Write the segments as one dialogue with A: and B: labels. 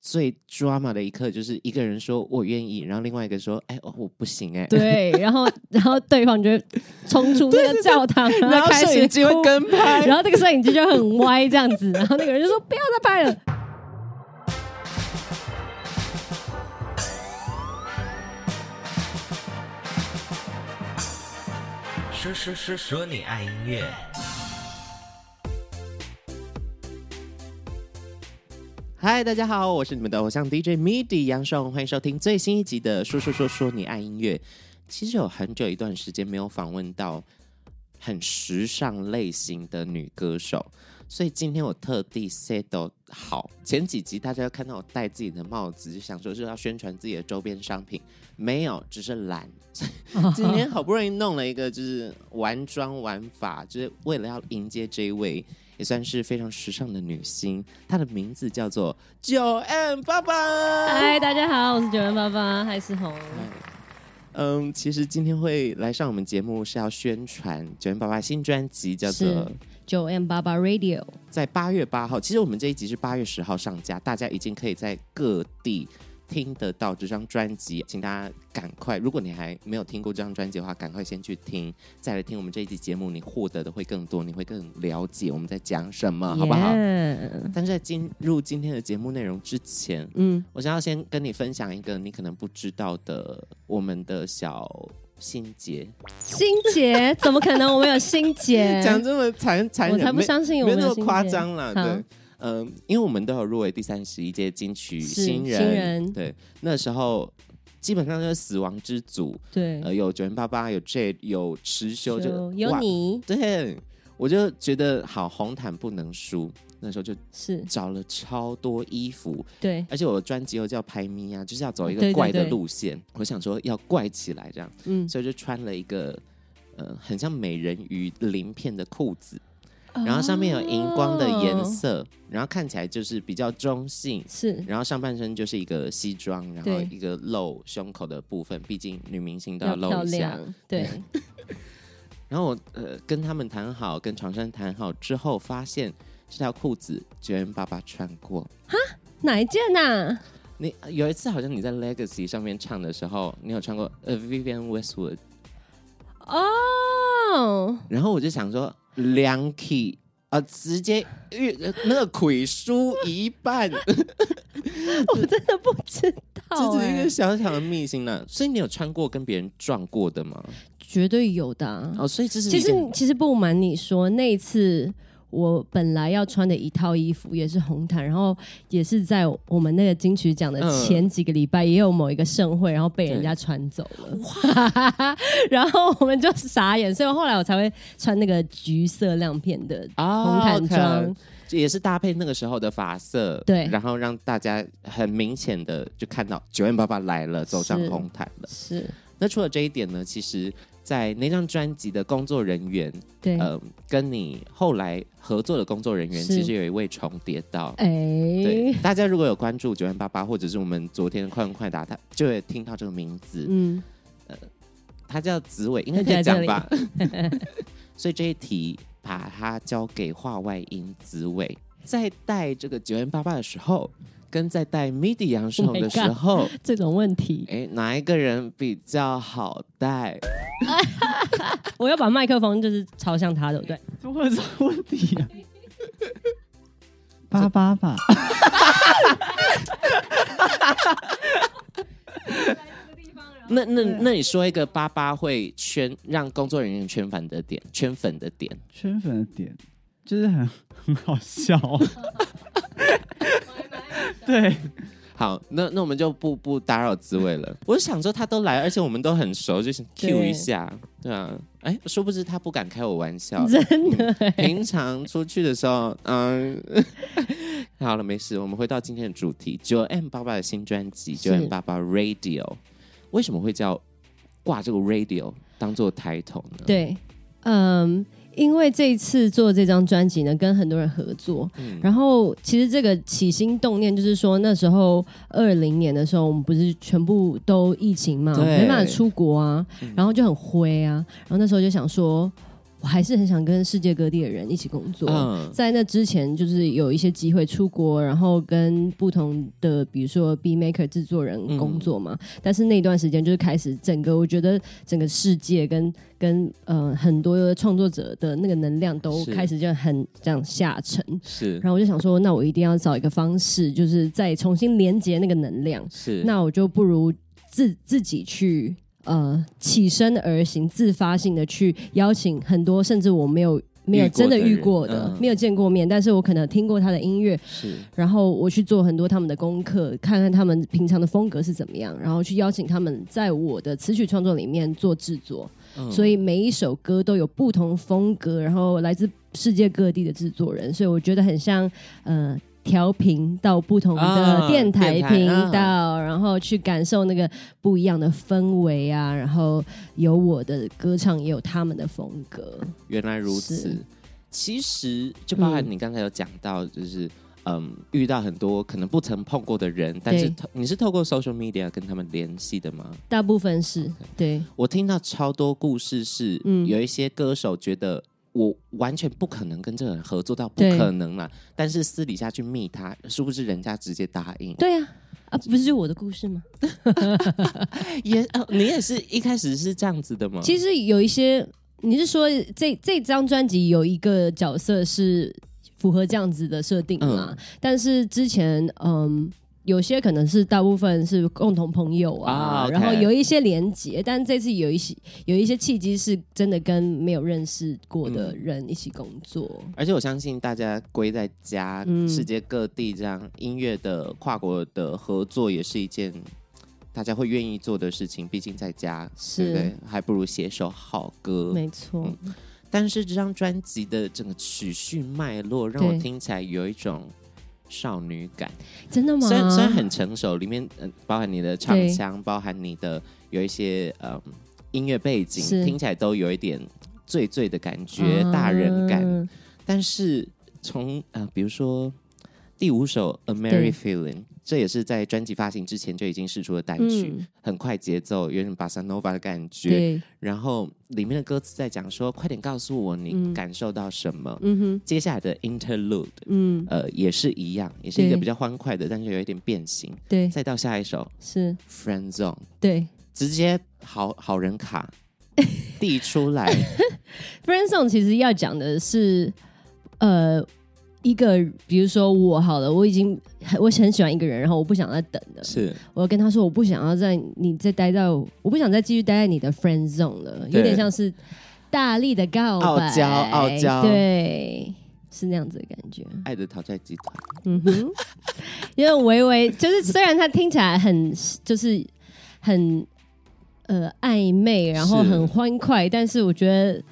A: 最 drama 的一刻，就是一个人说我愿意，然后另外一个说，哎，哦我不行，哎，
B: 对，然后然后对方就会冲出那个教堂，
A: 然后
B: 开
A: 摄
B: 始
A: 影机会
B: 哭
A: 跟拍，
B: 然后那个摄影机就很歪这样子，然后那个人就说不要再拍 了。
C: 说说说说你爱音乐，
A: 嗨，大家好，我是你们的偶像 DJ MIDI 杨爽，欢迎收听最新一集的《说说说说你爱音乐》。其实有很久一段时间没有访问到很时尚类型的女歌手，所以今天我特地 set 好。前几集大家都看到我戴自己的帽子，就想说是要宣传自己的周边商品，没有，只是懒。 今天好不容易弄了一个，就是玩妆玩法，就是为了要迎接这一位也算是非常时尚的女星，她的名字叫做九 M 爸爸。
B: 嗨，大家好，我是九零八八，嗨思红。
A: 嗯，其实今天会来上我们节目是要宣传九 M 爸爸新专辑，叫做
B: 是九 M 八八 Radio，
A: 在八月八号。其实我们这一集是八月十号上架，大家已经可以在各地。听得到这张专辑，请大家赶快！如果你还没有听过这张专辑的话，赶快先去听，再来听我们这一集节目，你获得的会更多，你会更了解我们在讲什么，好不好？
B: Yeah
A: 但是在进入今天的节目内容之前，
B: 嗯，
A: 我想要先跟你分享一个你可能不知道的我们的小心结。，
B: 心结怎么可能？我们有心 结
A: 讲这么残残
B: 我
A: 忍，
B: 才不
A: 没
B: 相信
A: 没
B: 我
A: 有
B: 们
A: 那
B: 有
A: 么
B: 心
A: 夸
B: 结
A: 张啦。
B: 好
A: 对，嗯，因为我们都有入围第三十一届金曲
B: 是
A: 新人，
B: 新人
A: 对，那时候。基本上就是死亡之组，
B: 对，
A: 呃，有九零八八，有 J，有池修，就
B: 有
A: 哇，
B: 你
A: 对，我就觉得好红毯不能输，那时候就
B: 是
A: 找了超多衣服，
B: 对，
A: 而且我的专辑又叫拍咪啊，就是要走一个
B: 对对
A: 怪的
B: 对
A: 路线。我想说要怪起来这样，
B: 嗯，
A: 所以就穿了一个呃很像美人鱼鳞片的裤子，然后上面有荧光的颜
B: 哦，
A: 色，然后看起来就是比较中性。
B: 是
A: 然后上半身就是一个西装，然后
B: 对
A: 一个露胸口的部分，毕竟女明星都要
B: 要漂
A: 露一下。
B: 亮，对，
A: 然后我呃跟他们谈好，跟床山谈好之后，发现这条裤子居然爸爸穿过，
B: 哪一件啊呐？
A: 你呃有一次好像你在 Legacy 上面唱的时候，你有唱过呃 Vivian Westwood，
B: 哦，
A: 然后我就想说两 key 啊、直接遇呃那个鬼输一半，
B: 欸
A: 这
B: 我真的不知道
A: 只是一
B: 哎
A: 个，小小的秘辛呢。所以你有穿过跟别人撞过的吗？
B: 绝对有的啊。
A: 哦，所以这是
B: 其
A: 你
B: 实
A: 跟
B: 其实不瞒你说，那一次我本来要穿的一套衣服也是红毯，然后也是在我们那个金曲奖的
A: 嗯
B: 前几个礼拜，也有某一个盛会，然后被人家穿走了， 然后我们就傻眼，所以后来我才会穿那个橘色亮片的
A: 啊
B: 红毯装。
A: OK 也是搭配那个时候的发色，
B: 对
A: 然后让大家很明显的就看到九万爸爸来了，走上
B: 是
A: 红毯了。
B: 是
A: 那除了这一点呢，其实，在那张专辑的工作人员
B: 对，哎、
A: 呃，跟你后来合作的工作人员
B: 是
A: 其实有一位重叠到。
B: 哎
A: 对，大家如果有关注九万八八，或者是我们昨天的快问快答，他就会听到这个名字，
B: 嗯，
A: 他叫紫伟，应该
B: 他
A: 可
B: 就
A: 以
B: 在这
A: 讲
B: 里
A: 吧。 所以这一题把它交给话外音紫伟，在带这个九万八八的时候，跟在带 MIDI 杨世
B: Oh
A: 宏
B: my
A: 的时候，
B: 这种问题，
A: 哎、哪一个人比较好带？
B: 我要把麦克风就是朝向他，对不对？
D: 怎么会有这种问题啊？ 八八吧，
A: 那那那你说一个八八会圈让工作人员圈粉的点，圈粉的点。
D: 圈粉的点就是很 很好笑，啊对，
A: 好，那那我们就不不打扰紫薇了。 我想说他都来，而且我们都很熟，就是 Q 一下，对啊。哎，殊不知他不敢开我玩笑。嗯
B: 真的、欸，
A: 平常出去的时候，嗯， 好了，没事。我们回到今天的主题，九 M 爸爸的新专辑《
B: 是
A: 九 M 爸爸 Radio》，为什么会叫挂这个 Radio 当做抬头呢？，
B: 对，嗯，因为这一次做这张专辑呢，跟很多人合作，
A: 嗯
B: 然后其实这个起心动念就是说，那时候二零年的时候，我们不是全部都疫情嘛，
A: 对嗯
B: 没办法出国啊，然后就很灰啊，然后那时候就想说。我还是很想跟世界各地的人一起工作。
A: 嗯
B: 在那之前，就是有一些机会出国，然后跟不同的，比如说 B maker 制作人工作嘛。但是那段时间就是开始整个，我觉得整个世界跟跟呃很多创作者的那个能量都
A: 是
B: 开始就很这样下沉。
A: 是
B: 然后我就想说，那我一定要找一个方式，就是再重新连接那个能量。
A: 是
B: 那我就不如自自己去呃起身而行，自发性的去邀请很多甚至我没有没有
A: 遇过的
B: 真的遇
A: 人
B: 过的、
A: 嗯
B: 没有见过面，但是我可能听过他的音乐，
A: 是
B: 然后我去做很多他们的功课，看看他们平常的风格是怎么样，然后去邀请他们在我的词曲创作里面做制作，
A: 嗯
B: 所以每一首歌都有不同风格，然后来自世界各地的制作人，所以我觉得很像呃。调频到不同
A: 啊
B: 的电台
A: 电台
B: 频
A: 啊
B: 道，然后去感受那个不一样的氛围啊，然后有我的歌唱，也有他们的风格。
A: 原来如此
B: 是。
A: 其实就包含
B: 嗯
A: 你刚才有讲到，就是嗯遇到很多可能不曾碰过的人，但是
B: 对
A: 透你是透过 social media 跟他们联系的吗？
B: 大部分是对，
A: 我听到超多故事是，
B: 嗯
A: 有一些歌手觉得我完全不可能跟这个人合作到不
B: 对
A: 可能啦，但是私底下去密他，殊不知人家直接答应。
B: 对啊，啊，不是就我的故事吗？
A: 也、呃你也是一开始是这样子的吗？
B: 其实有一些，你是说这这张专辑有一个角色是符合这样子的设定嘛？
A: 嗯
B: 但是之前，嗯。有些可能是大部分是共同朋友啊，
A: 啊，OK
B: 然后有一些连结，但这次有一些有一些契机是真的跟没有认识过的人一起工作，
A: 而且我相信大家归在家，
B: 嗯
A: 世界各地这样音乐的跨国的合作也是一件大家会愿意做的事情。毕竟在家，对
B: 是
A: 不对？还不如写首好歌。
B: 没错，
A: 嗯但是这张专辑的整个曲序脉络让
B: 对
A: 我听起来有一种少女感，
B: 真的吗？
A: 虽然虽然很成熟，里面嗯、呃包含你的唱腔，包含你的有一些嗯音乐背景，
B: 是
A: 听起来都有一点醉醉的感觉，大人感。
B: 嗯
A: 但是从呃，比如说第五首《A Merry
B: 对
A: Feeling》，这也是在专辑发行之前就已经试出的单曲，
B: 嗯
A: 很快节奏，有点巴萨 nova 的感觉。
B: 对，
A: 然后里面的歌词在讲说：“快点告诉我你
B: 嗯
A: 感受到什么。
B: 嗯哼，
A: 接下来的 Interlude，
B: 嗯，
A: 呃，也是一样，也是一个
B: 对
A: 比较欢快的，但是有一点变形。
B: 对，
A: 再到下一首
B: 是，
A: 《Friend Zone》，
B: 对，
A: 直接好好人 卡递出来，
B: friend song 其实要讲的是，呃，一个比如说我好了，我已经很我很喜欢一个人，然后我不想再等了，
A: 是
B: 我要跟他说我不想要在你再待到，我不想再继续待在你的 friend zone 了，
A: 对
B: 有点像是大力的告白，
A: 傲娇哦傲娇
B: 对，是那样子的感觉。
A: 爱的讨债集团。
B: 嗯哼，因为微微就是虽然他听起来很 就是很呃暧昧，然后
A: 是
B: 很欢快，但是我觉得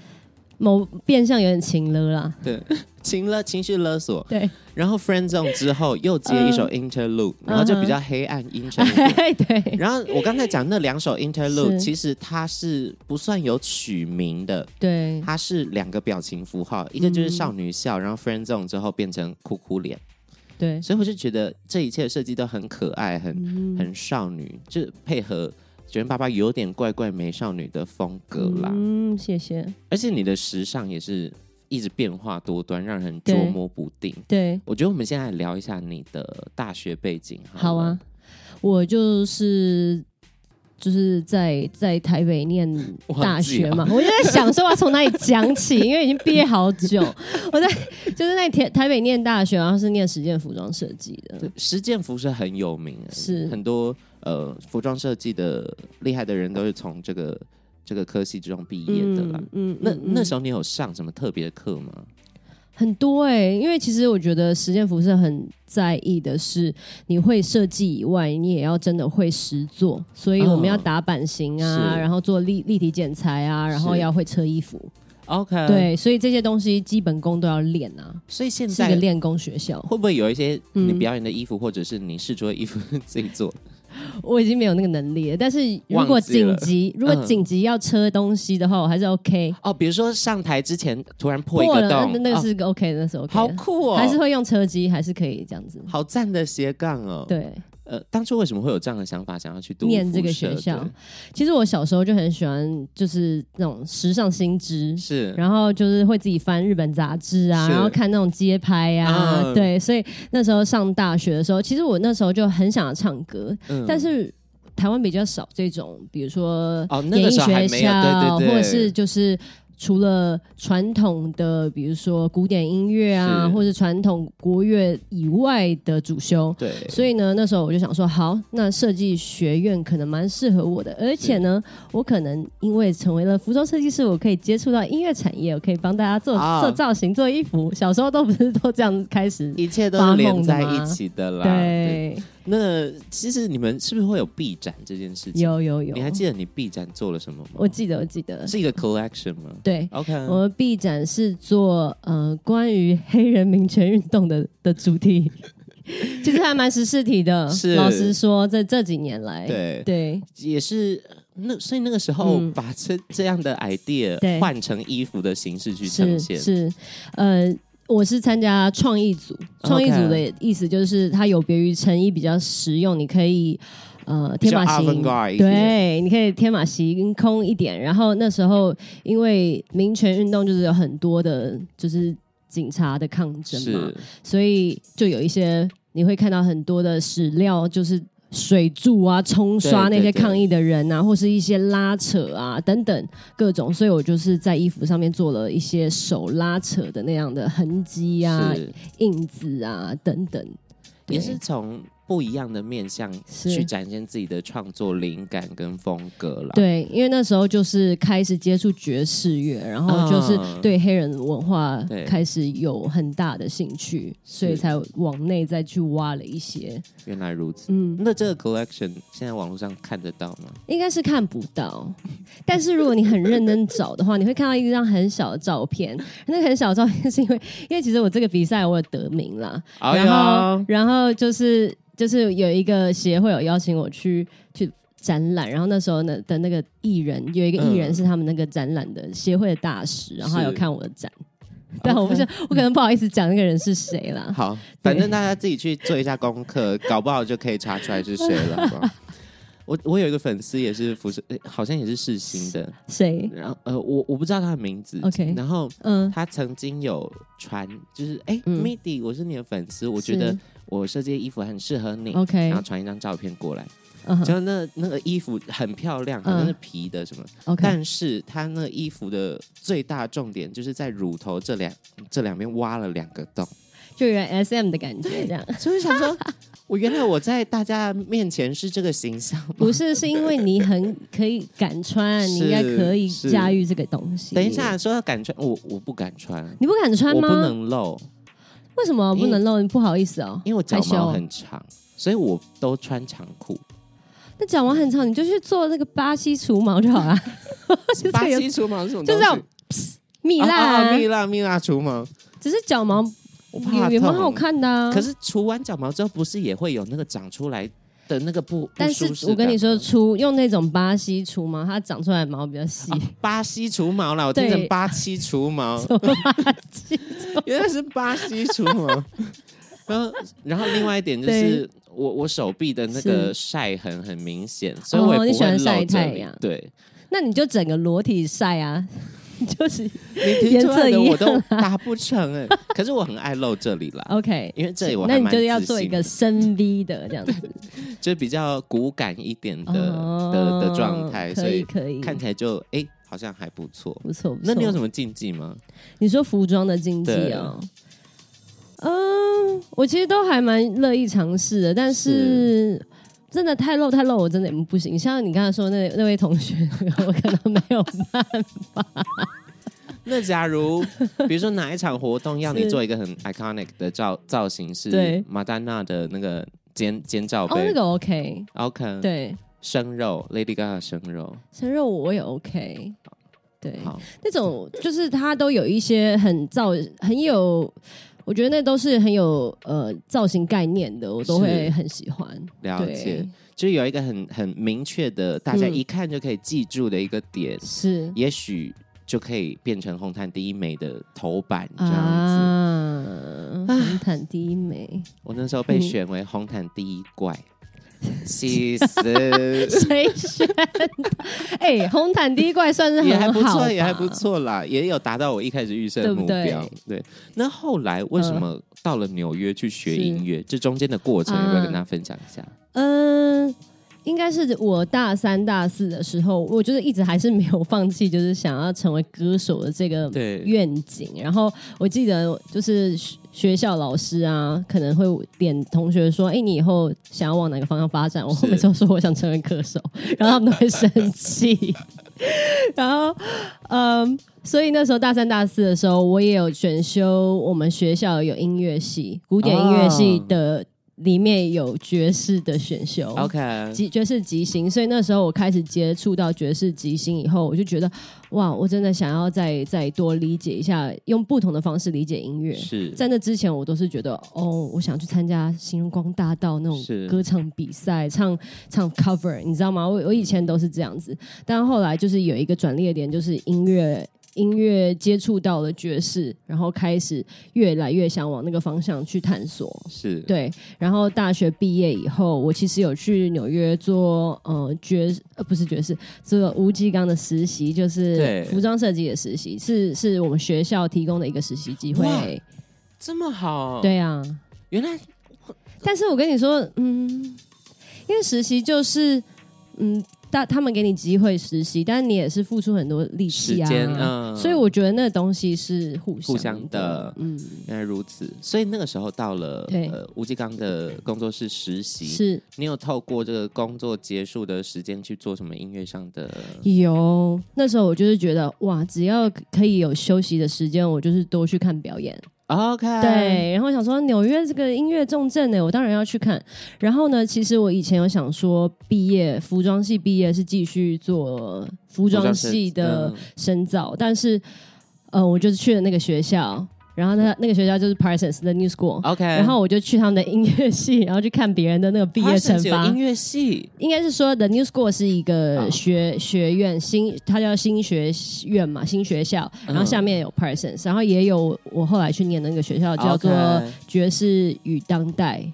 B: 某变相有点情了啦。
A: 对，情了情绪勒索，
B: 对，
A: 然后 friend zone 之后又
B: 嗯
A: 接一首 interlude，、然后就比较黑暗阴沉一点。
B: 对
A: 然后我刚才讲那两首 interlude，
B: 是
A: 其实它是不算有曲名的，
B: 对，
A: 它是两个表情符号，一个就是少女
B: 嗯
A: 笑，然后 friend zone 之后变成哭哭脸，
B: 对，
A: 所以我就觉得这一切设计都很可爱，很、
B: 嗯
A: 很少女，就是配合卷爸爸有点怪怪美少女的风格啦。
B: 嗯，谢谢。
A: 而且你的时尚也是一直变化多端，让人
B: 对
A: 捉摸不定。
B: 对，
A: 我觉得我们现在聊一下你的大学背景好了
B: 好啊，，我就是。就是在在台北念大学嘛，我就在想说我要从哪里讲起，因为已经毕业好久。我在就是在台台北念大学，然后是念实践服装设计 的，
A: 对，实践服是很有名的，
B: 是
A: 很多呃服装设计的厉害的人都是从这个这个科系之中毕业的啦。
B: 嗯
A: 那那时
B: 候
A: 候你有上什么特别的课吗？
B: 很多哎、因为其实我觉得实践服是很在意的是，你会设计以外，你也要真的会实做，所以我们要打版型啊，
A: 嗯是
B: 然后做立立体剪裁啊，然后
A: 是嗯
B: 要会车衣服。
A: OK，，
B: 对，所以这些东西基本功都要练啊，
A: 所以现
B: 是一个
A: 在
B: 练功学校。
A: 会不会有一些你
B: 嗯
A: 表演的衣服，或者是你试着的衣服自己 做？
B: 我已经没有那个能力了，但是如果
A: 忘记了
B: 紧急，如果
A: 嗯
B: 紧急要车东西的话，我还是 OK。
A: 哦，比如说上台之前突然破一个
B: 了，
A: 洞，
B: 那那个
A: 哦
B: 是 OK，的、那是 OK 的。
A: 好酷哦，
B: 还是会用车机，还是可以这样子。
A: 好赞的斜杠哦。
B: 对，
A: 呃，当初为什么会有这样的想法，想要去读
B: 念这
A: 辐
B: 个
A: 射
B: 学校
A: 对
B: 其实我小时候就很喜欢，就是那种时尚新 知，
A: 是，
B: 然后就是会自己翻日本杂志啊，
A: 是
B: 然后看那种街拍啊，
A: 嗯
B: 对，所以那时候上大学的时候，其实我那时候就很想要唱歌，
A: 嗯
B: 但是台湾比较少这种，比如说
A: 哦，那
B: 演
A: 个
B: 艺
A: 时候还
B: 学
A: 没有，
B: 校，
A: 对对对，
B: 或者是就是。除了传统的，比如说古典音乐啊，
A: 是
B: 或者传统国乐以外的主修，
A: 对，
B: 所以呢，那时候我就想说，好，那设计学院可能蛮适合我的，而且呢，我可能因为成为了服装设计师，我可以接触到音乐产业，我可以帮大家做、
A: 啊
B: 做造型、做衣服。小时候都不是都这样开始，
A: 一切都
B: 发
A: 是连
B: 梦的
A: 在一
B: 吗
A: 起的啦。
B: 对，
A: 那其实你们是不是会有 B 展这件事情？
B: 有有有
A: 你，还记得你 B 展做了什么吗？
B: 我记得我记得，
A: 是一个 collection 吗
B: 对。
A: ？OK，
B: 我们 B 展是做呃关于黑人民权运动的的 主题，其实还蛮实事体的。
A: 是
B: 老实说，这这几年来，
A: 对
B: 对
A: 也是那，所以那个时候
B: 嗯
A: 把这、这样的 idea
B: 对
A: 换成衣服的形式去呈现，
B: 是是，呃，我是参加创意组，创意组的意思就是它有别于成衣比较实用，你可以。呃，
A: 比
B: 天
A: 较
B: 马行
A: avant-garde 一
B: 对，你可以天马行空一点。然后那时候，因为民权运动就是有很多的，就是警察的抗争嘛，
A: 是
B: 所以就有一些你会看到很多的史料，就是水柱啊、冲刷
A: 对对
B: 那些
A: 对
B: 抗议的人啊，或是一些拉扯啊等等各种。所以我就是在衣服上面做了一些手拉扯的那样的痕迹啊、
A: 是
B: 印子啊等等。对
A: 也是从不一样的面向
B: 是
A: 去展现自己的创作灵感跟风格啦。
B: 对，因为那时候就是开始接触爵士乐，然后就是
A: 嗯
B: 对黑人文化
A: 对
B: 开始有很大的兴趣，所以
A: 是
B: 才往内再去挖了一些。
A: 原来如此。
B: 嗯，
A: 那这个 collection 现在网络上看得到吗？
B: 应该是看不到，但是如果你很认真找的话，你会看到一张很小的照片。 那个很小的照片是因为，因为其实我这个比赛我有得名啦，
A: 哎
B: 然后
A: 呦，
B: 然后就是就是有一个协会有邀请我去去展览，然后那时候呢的那个艺人有一个艺人
A: 嗯
B: 是他们那个展览的协会的大使，然后他有看我的展，但
A: OK
B: 我不是我可能不好意思讲那个人是谁啦。
A: 好，反正大家自己去做一下功课，搞不好就可以查出来是谁了。好 不好我我有一个粉丝也是辐射，诶好像也是世新的，
B: 谁？
A: 然后呃，我我不知道他的名字。
B: OK
A: 然后
B: 嗯，
A: 他曾经有传，就是哎、
B: 嗯
A: m i d i 我是你的粉丝，我觉得
B: 是
A: 我设计的衣服很适合你。
B: OK
A: 然后传一张照片过来，
B: 嗯哼
A: 就那那个衣服很漂亮，
B: 嗯
A: 好像是皮的什么，
B: ，OK，
A: 但是他那衣服的最大重点就是在乳头这两这两边挖了两个洞。
B: 就有点 SM 的感觉这样。
A: 所以我想 说，我原来我在大家面前是这个形象吗，
B: 不是，是因为你很可以敢 穿，你应该
A: 是
B: 可以
A: 是
B: 驾驭这个东西。
A: 等一，下说要敢穿，我我不敢穿，
B: 你不敢穿
A: 我
B: 吗？
A: 不能露，
B: 为什么不能露？你不好意思哦、
A: 因为我脚
B: 害羞
A: 毛很长，所以我都穿长 裤。
B: 那脚毛很长，你就去做那个巴西除毛就 好
A: 哦
B: 了。就是
A: 巴
B: 有
A: 西除毛是什么
B: 就
A: 东西？
B: 是那种蜜蜡、
A: 啊啊啊蜜蜡蜜蜡除毛，
B: 只是脚毛
A: 我怕
B: 也也蛮
A: 痛
B: 好。看的、啊。
A: 可，是除完脚毛之后，不是也会有那个长出来的那个不？
B: 但
A: 不舒适
B: 是
A: 感
B: 我跟你说，
A: 吗，
B: 除用那种巴西除毛，它长出来的毛比较细。
A: 啊巴西除毛啦，我听
B: 对
A: 成巴西除 毛，原来是巴西除毛。 然后，然后另外一点就是我我手臂的那个晒痕很明显，所以我也
B: 哦你
A: 不
B: 喜
A: 会
B: 欢
A: 露这
B: 晒
A: 里。
B: 太阳
A: 对，
B: 那你就整个裸体晒啊， 就是
A: 你提
B: 颜
A: 出来
B: 色
A: 的
B: 一
A: 我
B: 样
A: 都达不成哎、 可是我很爱露这里啦，
B: OK。
A: 因为这里我
B: 那
A: 还
B: 你
A: 蛮
B: 就是要
A: 自
B: 做一
A: 信
B: 个
A: 的
B: 深 V 的这样子。
A: 就比较骨感一点 的、
B: 哦
A: 的的状态，所
B: 可以
A: 以
B: 可以，
A: 看起来就哎、好像还不错。
B: 不错不错。
A: 那你有什
B: 么？
A: 么禁忌吗？
B: 你说服装的经济哦，嗯，我其实都还蛮乐意尝试的，但是。真的太露太露，我真的不行。像你刚才说的那那位同学，我可能没有办法。
A: 那假如比如说哪一场活动要你
B: 是
A: 做一个 很 iconic 的造造型是
B: 对
A: 马丹娜的那个尖尖罩
B: 哦，
A: 杯、
B: 那个 OK，
A: o k
B: 对，
A: 生肉 Lady Gaga 生肉，
B: 生肉我也 OK，对，
A: 好
B: 那种就是它都有一些很造很有，我觉得那都是很有呃造型概念的，我都会
A: 是
B: 很喜欢。
A: 了解
B: 对，，
A: 就有一个很很明确的，大家
B: 嗯
A: 一看就可以记住的一个点，
B: 是
A: 也许就可以变成红毯第一美的头版这样子。
B: 啊，红毯第一美，
A: 我那时候被选为红毯第一怪，其 实
B: 谁选的？哎、红毯第一怪算是 很
A: 也
B: 好
A: 还不错，
B: 吧
A: 也还不。错啦，也有达到我一开始预设的目标
B: 对。嗯
A: 对，那后来为什么到了纽约去学音乐？这中间的过程
B: 啊
A: 要不要跟大家分享一下？
B: 嗯、应该是我大三、大四的时候，我就是一直还是没有放弃，就是想要成为歌手的这个
A: 对
B: 愿景。然后我记得就是学学校老师啊，可能会点同学说：“哎、你以后想要往哪个方向发展？”我
A: 是
B: 每次都说我想成为歌手，然后他们都会生气。 然后，嗯，所以那时候大三、大四的时候，我也有选修我们学校有音乐系，古典音乐系
A: 哦
B: 的、里面有爵士的选修。
A: OK，
B: 即爵士即兴，所以那时候我开始接触到爵士即兴以后，我就觉得哇，我真的想要再再多理解一下，用不同的方式理解音乐。
A: 是
B: 在那之前，我都是觉得哦，我想去参加星光大道那
A: 是
B: 种歌唱比赛，唱唱 cover，你知道吗？我我以前都是这样子，但后来就是有一个转捩点，就是音乐。音乐接触到了爵士，然后开始越来越想往那个方向去探索。
A: 是，
B: 对，然后大学毕业以后，我其实有去纽约做呃爵呃不是爵士，做吴继刚的实习，就
A: 对
B: 是服装设计的实习，是是我们学校提供的一个实习机
A: 哇哦
B: 会。
A: 这么好。，
B: 对啊，
A: 原来
B: 但是我跟你说，嗯，因为实习就是嗯，大他们给你机会实习，但你也是付出很多力
A: 时
B: 气啊，
A: 间嗯
B: 所以我觉得那东西是互相
A: 互相的
B: 嗯，
A: 原来如此，所以那个时候到了
B: 对
A: 呃吴继刚的工作室实习，
B: 是
A: 你有透过这个工作结束的时间去做什么音乐上的？
B: 有，那时候我就是觉得哇，只要可以有休息的时间，我就是多去看表演。
A: OK，，
B: 对，然后想说纽约这个音乐重镇欸呢，我当然要去看。然后呢，其实我以前有想说，毕业服装系毕业是继续做服
A: 服
B: 装
A: 装设计
B: 系的
A: 嗯
B: 深造，但是呃，我就是去了那个学校，然后那那个学校就是 Parsons 的 New School。
A: 嗯，OK，
B: 然后我就去他们的音乐系，然后去看别人的那个毕业
A: 成
B: 惩罚。
A: 音乐系
B: 应该是说，The New School 是一
A: 啊
B: 个学、学院新，它叫新学院嘛，新学校。然后
A: 嗯
B: 下面有 Parsons，、然后也有我后来去念的那个学校叫做
A: OK
B: 爵士与当代，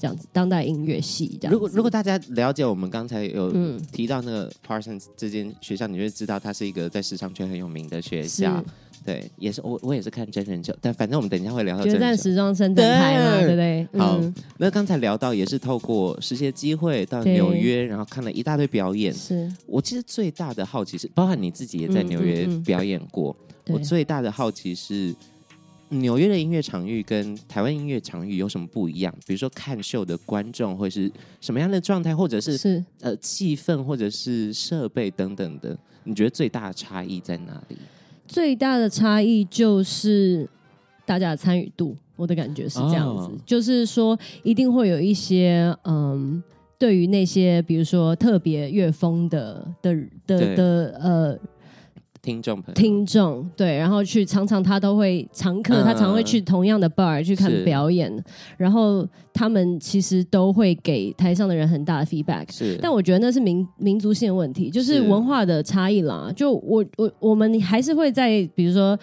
B: 这样子，当代音乐系这样子。
A: 如果如果大家了解我们刚才有
B: 嗯
A: 提到那个 Parsons 这间学校，你就会知道它是一个在时尚圈很有名的学校。对，也是我我也是看真人秀，但反正我们等一下会聊到
B: 决
A: 真人
B: 战
A: 秀。
B: 时装生展台嘛，
A: 对
B: 对不对？
A: 好
B: 嗯，
A: 那刚才聊到也是透过实习的机会到
B: 对
A: 纽约，然后看了一大堆表演。
B: 是
A: 我其实最大的好奇是，包含你自己也在
B: 嗯
A: 纽约
B: 嗯嗯
A: 表演过，
B: 对
A: 我。最大的好奇是，纽约的音乐场域跟台湾音乐场域有什么不一样？比如说看秀的观众会是什么样的状态，或者是
B: 是
A: 呃气氛，或者是设备等等的，你觉得最大的差异在哪里？
B: 最大的差异就是大家的参与度，我的感觉是这样子，
A: 哦
B: 就是说一定会有一些嗯。对于那些比如说特别乐风的的
A: 对
B: 的的呃
A: 听众朋友，
B: 听众，对，然后去常常他都会常客，
A: 嗯
B: 他常会去同样的 bar 去看
A: 是
B: 表演，然后他们其实都会给台上的人很大的 feedback，
A: 是，
B: 但我觉得那是民民族性的问题，就是
A: 是
B: 文化的差异啦。就我我我们还是会在比如说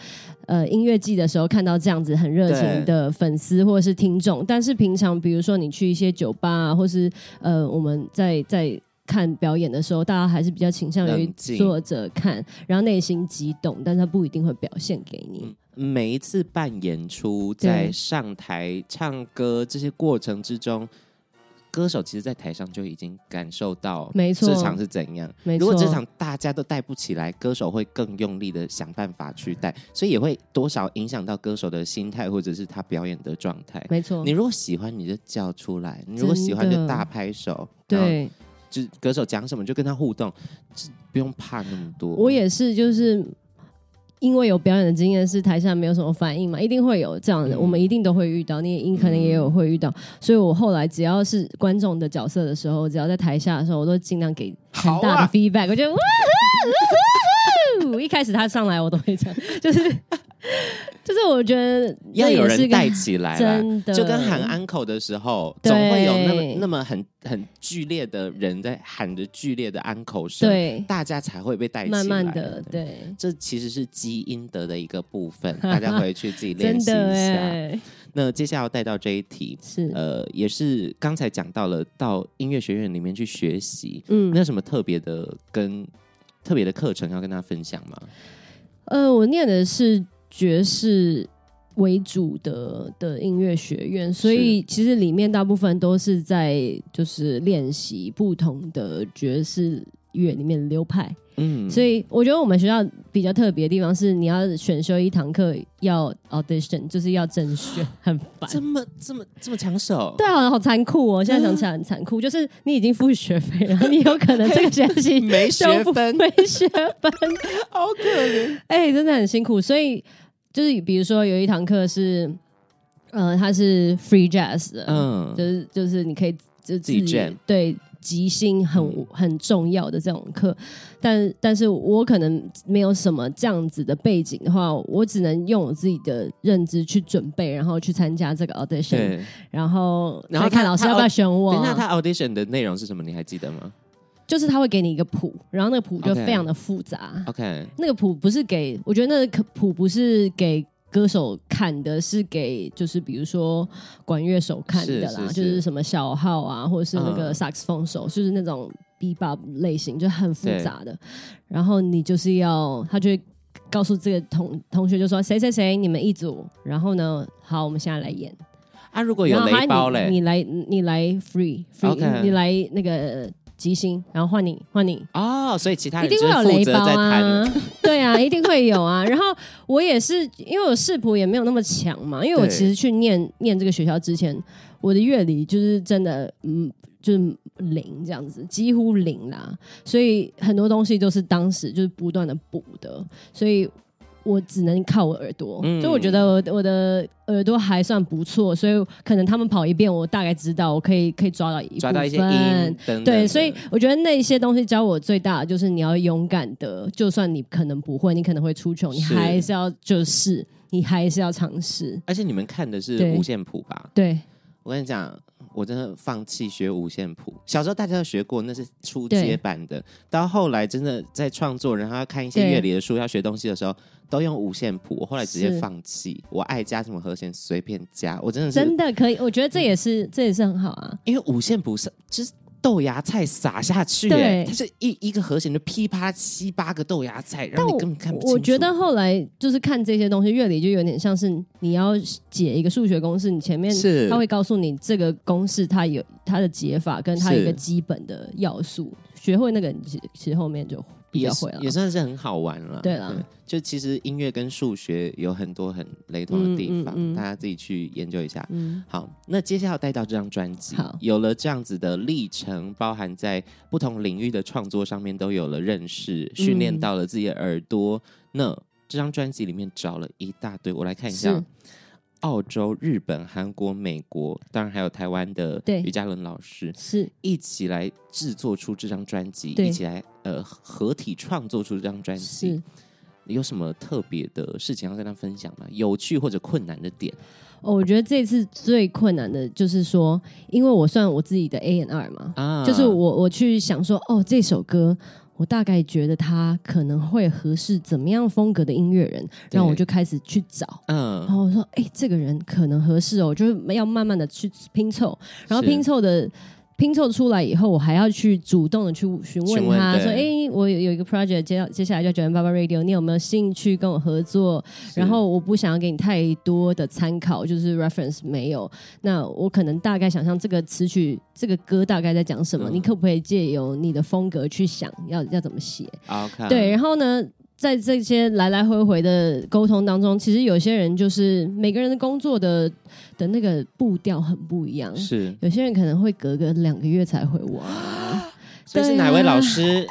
B: 呃音乐季的时候看到这样子很热情的粉丝或者是听众，但是平常比如说你去一些酒吧啊，或是呃我们在在。看表演的时候，大家还是比较倾向于
A: 冷静
B: 坐着看，然后内心激动，但是他不一定会表现给你。
A: 嗯每一次办演出，
B: 对
A: 在上台唱歌这些过程之中，歌手其实，在台上就已经感受到，
B: 没错
A: 这场是怎样。
B: 没
A: 嗯如
B: 错
A: 果这场大家都带不起来，歌手会更用力的想办法去带，所以也会多少影响到歌手的心态或者是他表演的状态。
B: 没错
A: 你，如果喜欢，你就叫出来；你如果喜欢，
B: 真的
A: 就大拍手。，
B: 对，
A: 就歌手讲什么就跟他互动，就不用怕那么多。
B: 我也是，就是因为有表演的经验，是台下没有什么反应嘛，一定会有这样的，
A: 嗯
B: 我们一定都会遇到，你也你可能也有会遇到，所以我后来只要是观众的角色的时候，只要在台下的时候，我都尽量给很
A: 好
B: 大
A: 啊
B: 的 feedback，、我觉得哇。哇一开始他上来我都会这样，就是就是我觉得
A: 要
B: 那
A: 有
B: 也是
A: 人
B: 个
A: 带起来啦
B: 真的
A: 就跟喊 uncle 的时候，
B: 对
A: 总会有那么那么很很剧烈的人在喊着剧烈的 uncle 声，，
B: 对，
A: 大家才会被带起来。
B: 慢慢的，对，
A: 这其实是基因得的一个部 分，大家回去自己练
B: 真
A: 习
B: 的
A: 一下。
B: 哎，
A: 那接下来要带到这一题，
B: 是，
A: 呃，也是刚才讲到了到音乐学院里面去学习，
B: 嗯
A: 那有什么特别的跟特别的课程要跟大家分享吗？
B: 呃，我念的是爵士为主的的音乐学院，所以其实里面大部分都是在就是练习不同的爵士乐里面的流派。
A: 嗯，
B: 所
A: 以
B: 以我觉得我们学校比较特别的地方是，你要选修一堂课要 audition，就是要甄选，很烦。
A: 这么这么这么抢手，
B: 对，啊，好残酷哦！现在想起来很残酷，就是你已经付学费了，然后你有可能这个学期
A: 没
B: 就
A: 学
B: 不
A: 分
B: 没学分，
A: 好可怜。
B: 哎、真的很辛苦。所以就是比如说有一堂课是，呃，它是 free jazz 的，
A: 嗯
B: 就，是就是你可以就自
A: 己 jam
B: 对即兴很、
A: 嗯
B: 很重要的这种课，但但是我可能没有什么这样子的背景的话，我只能用我自己的认知去准备，然后去参加这个 audition，
A: 对。
B: 然后
A: 然后
B: 再
A: 他
B: 看老师
A: 他哦
B: 要不要选我
A: 等
B: 啊、
A: 一下，他 audition 的内容是什么？你还记得吗
B: 就是他会给你一个谱，然后那个谱就
A: OK
B: 非常的复杂。
A: ？OK，
B: 那个谱不是给，我觉得那个谱不是给歌手看的，是给就是比如说管乐手看的啦，
A: 是是是
B: 就是什么小号啊，或者是那个
A: 嗯
B: 萨克斯风手，就是那种 bebop 类型，就很复杂的。然后你就是要，他就会告诉这个同同学就说谁谁谁你们一组，然后呢，好，我们现在来演。
A: 啊，如果
B: 然
A: 有
B: 后
A: 雷包
B: 他你
A: 嘞
B: 你来你来 free free，、
A: OK
B: 你来那个即兴，然后换你换你，
A: 哦，所以其他
B: 一
A: 人
B: 定
A: 就
B: 会
A: 是
B: 有
A: 负
B: 雷
A: 责
B: 包
A: 在
B: 啊
A: 弹，，
B: 对啊，一定会有啊。然后我也是，因为我视谱也没有那么强嘛，因为我
A: 对
B: 其实去念念这个学校之前，我的乐理就是真的，嗯，就是零这样子，几乎零啦。所以很多东西都是当时就是不断的补的，所以。我只能靠我耳朵，
A: 嗯
B: 就我觉得我的我的耳朵还算不错，所以可能他们跑一遍，我大概知道，我可以可以抓到一
A: 抓到一些
B: 部分
A: 音等等的。
B: 对，所以我觉得那些东西教我最大的就是你要勇敢的，就算你可能不会，你可能会出糗，你
A: 是
B: 还是要就是，你还是要尝试。
A: 而且你们看的是
B: 对
A: 五线谱吧？
B: 对
A: 我跟你讲，我真的放弃学五线谱。小时候大家都学过，那是初阶版的。到后来真的在创作，然后要看一些
B: 对
A: 乐理的书，要学东西的时候，都用五线谱。我后来直接
B: 是
A: 放弃，我爱加什么和弦随便加。我真的是，嗯
B: 真的可以，我觉得这也是这也是很好啊。
A: 因为五线谱是就是豆芽菜撒下去、
B: 对
A: 欸，它是一一个和弦就噼啪七八个豆芽菜，
B: 但
A: 让你
B: 我
A: 根本看不清楚。
B: 我觉得后来就是看这些东西，乐理就有点像是你要解一个数学公式，你前面
A: 是
B: 他会告诉你这个公式它有它的解法跟它
A: 是
B: 一个基本的要素，学会那个你其其实后面就比
A: 也
B: 较
A: 是
B: 会了
A: 也。算是很好玩了。
B: 对啦
A: 就其实音乐跟数学有很多很雷同的地方，
B: 嗯嗯嗯
A: 大家自己去研究一下。
B: 嗯，
A: 好，那接下来带到这张专辑
B: 好，
A: 有了这样子的历程，包含在不同领域的创作上面都有了认识，训
B: 嗯
A: 练到了自己的耳朵。那这张专辑里面找了一大堆，我来看一下
B: 是。
A: 澳洲、日本、韩国、美国，当然还有台湾的
B: 对
A: 于嘉伦老师，
B: 是
A: 一起来制作出这张专辑，
B: 对
A: 一起来呃合体创作出这张专
B: 是
A: 辑。。有什么特别的事情要跟他分享吗？有趣或者困难的点？
B: 哦，我觉得这次最困难的就是说，因为我算我自己的 A N R 嘛，
A: 啊
B: 就是我我去想说，哦，这首歌我大概觉得它可能会合适怎么样风格的音乐人，
A: 对
B: 然后我就开始去找。
A: 嗯
B: 然，后我说，哎、这个人可能合适哦，我就是要慢慢的去拼凑，然后
A: 是
B: 拼凑的拼凑出来以后，我还要去主动的去询
A: 询
B: 问
A: 问
B: 他
A: 对
B: 说，哎、我有有一个 project 接接下来叫 j a m b a b a Radio，你有没有兴趣跟我合作？
A: 是
B: 然后我不想要给你太多的参考，就是 reference 没有。那我可能大概想象这个词曲、这个歌大概在讲什么，
A: 嗯
B: 你可不可以借由你的风格去想要要怎么写？
A: OK，
B: 对，然后呢，在这些来来回回的沟通当中，其实有些人就是每个人的工作的的那个步调很不一样，
A: 是，
B: 有些人可能会隔个两个月才回我啊。
A: 所以是哪位老师？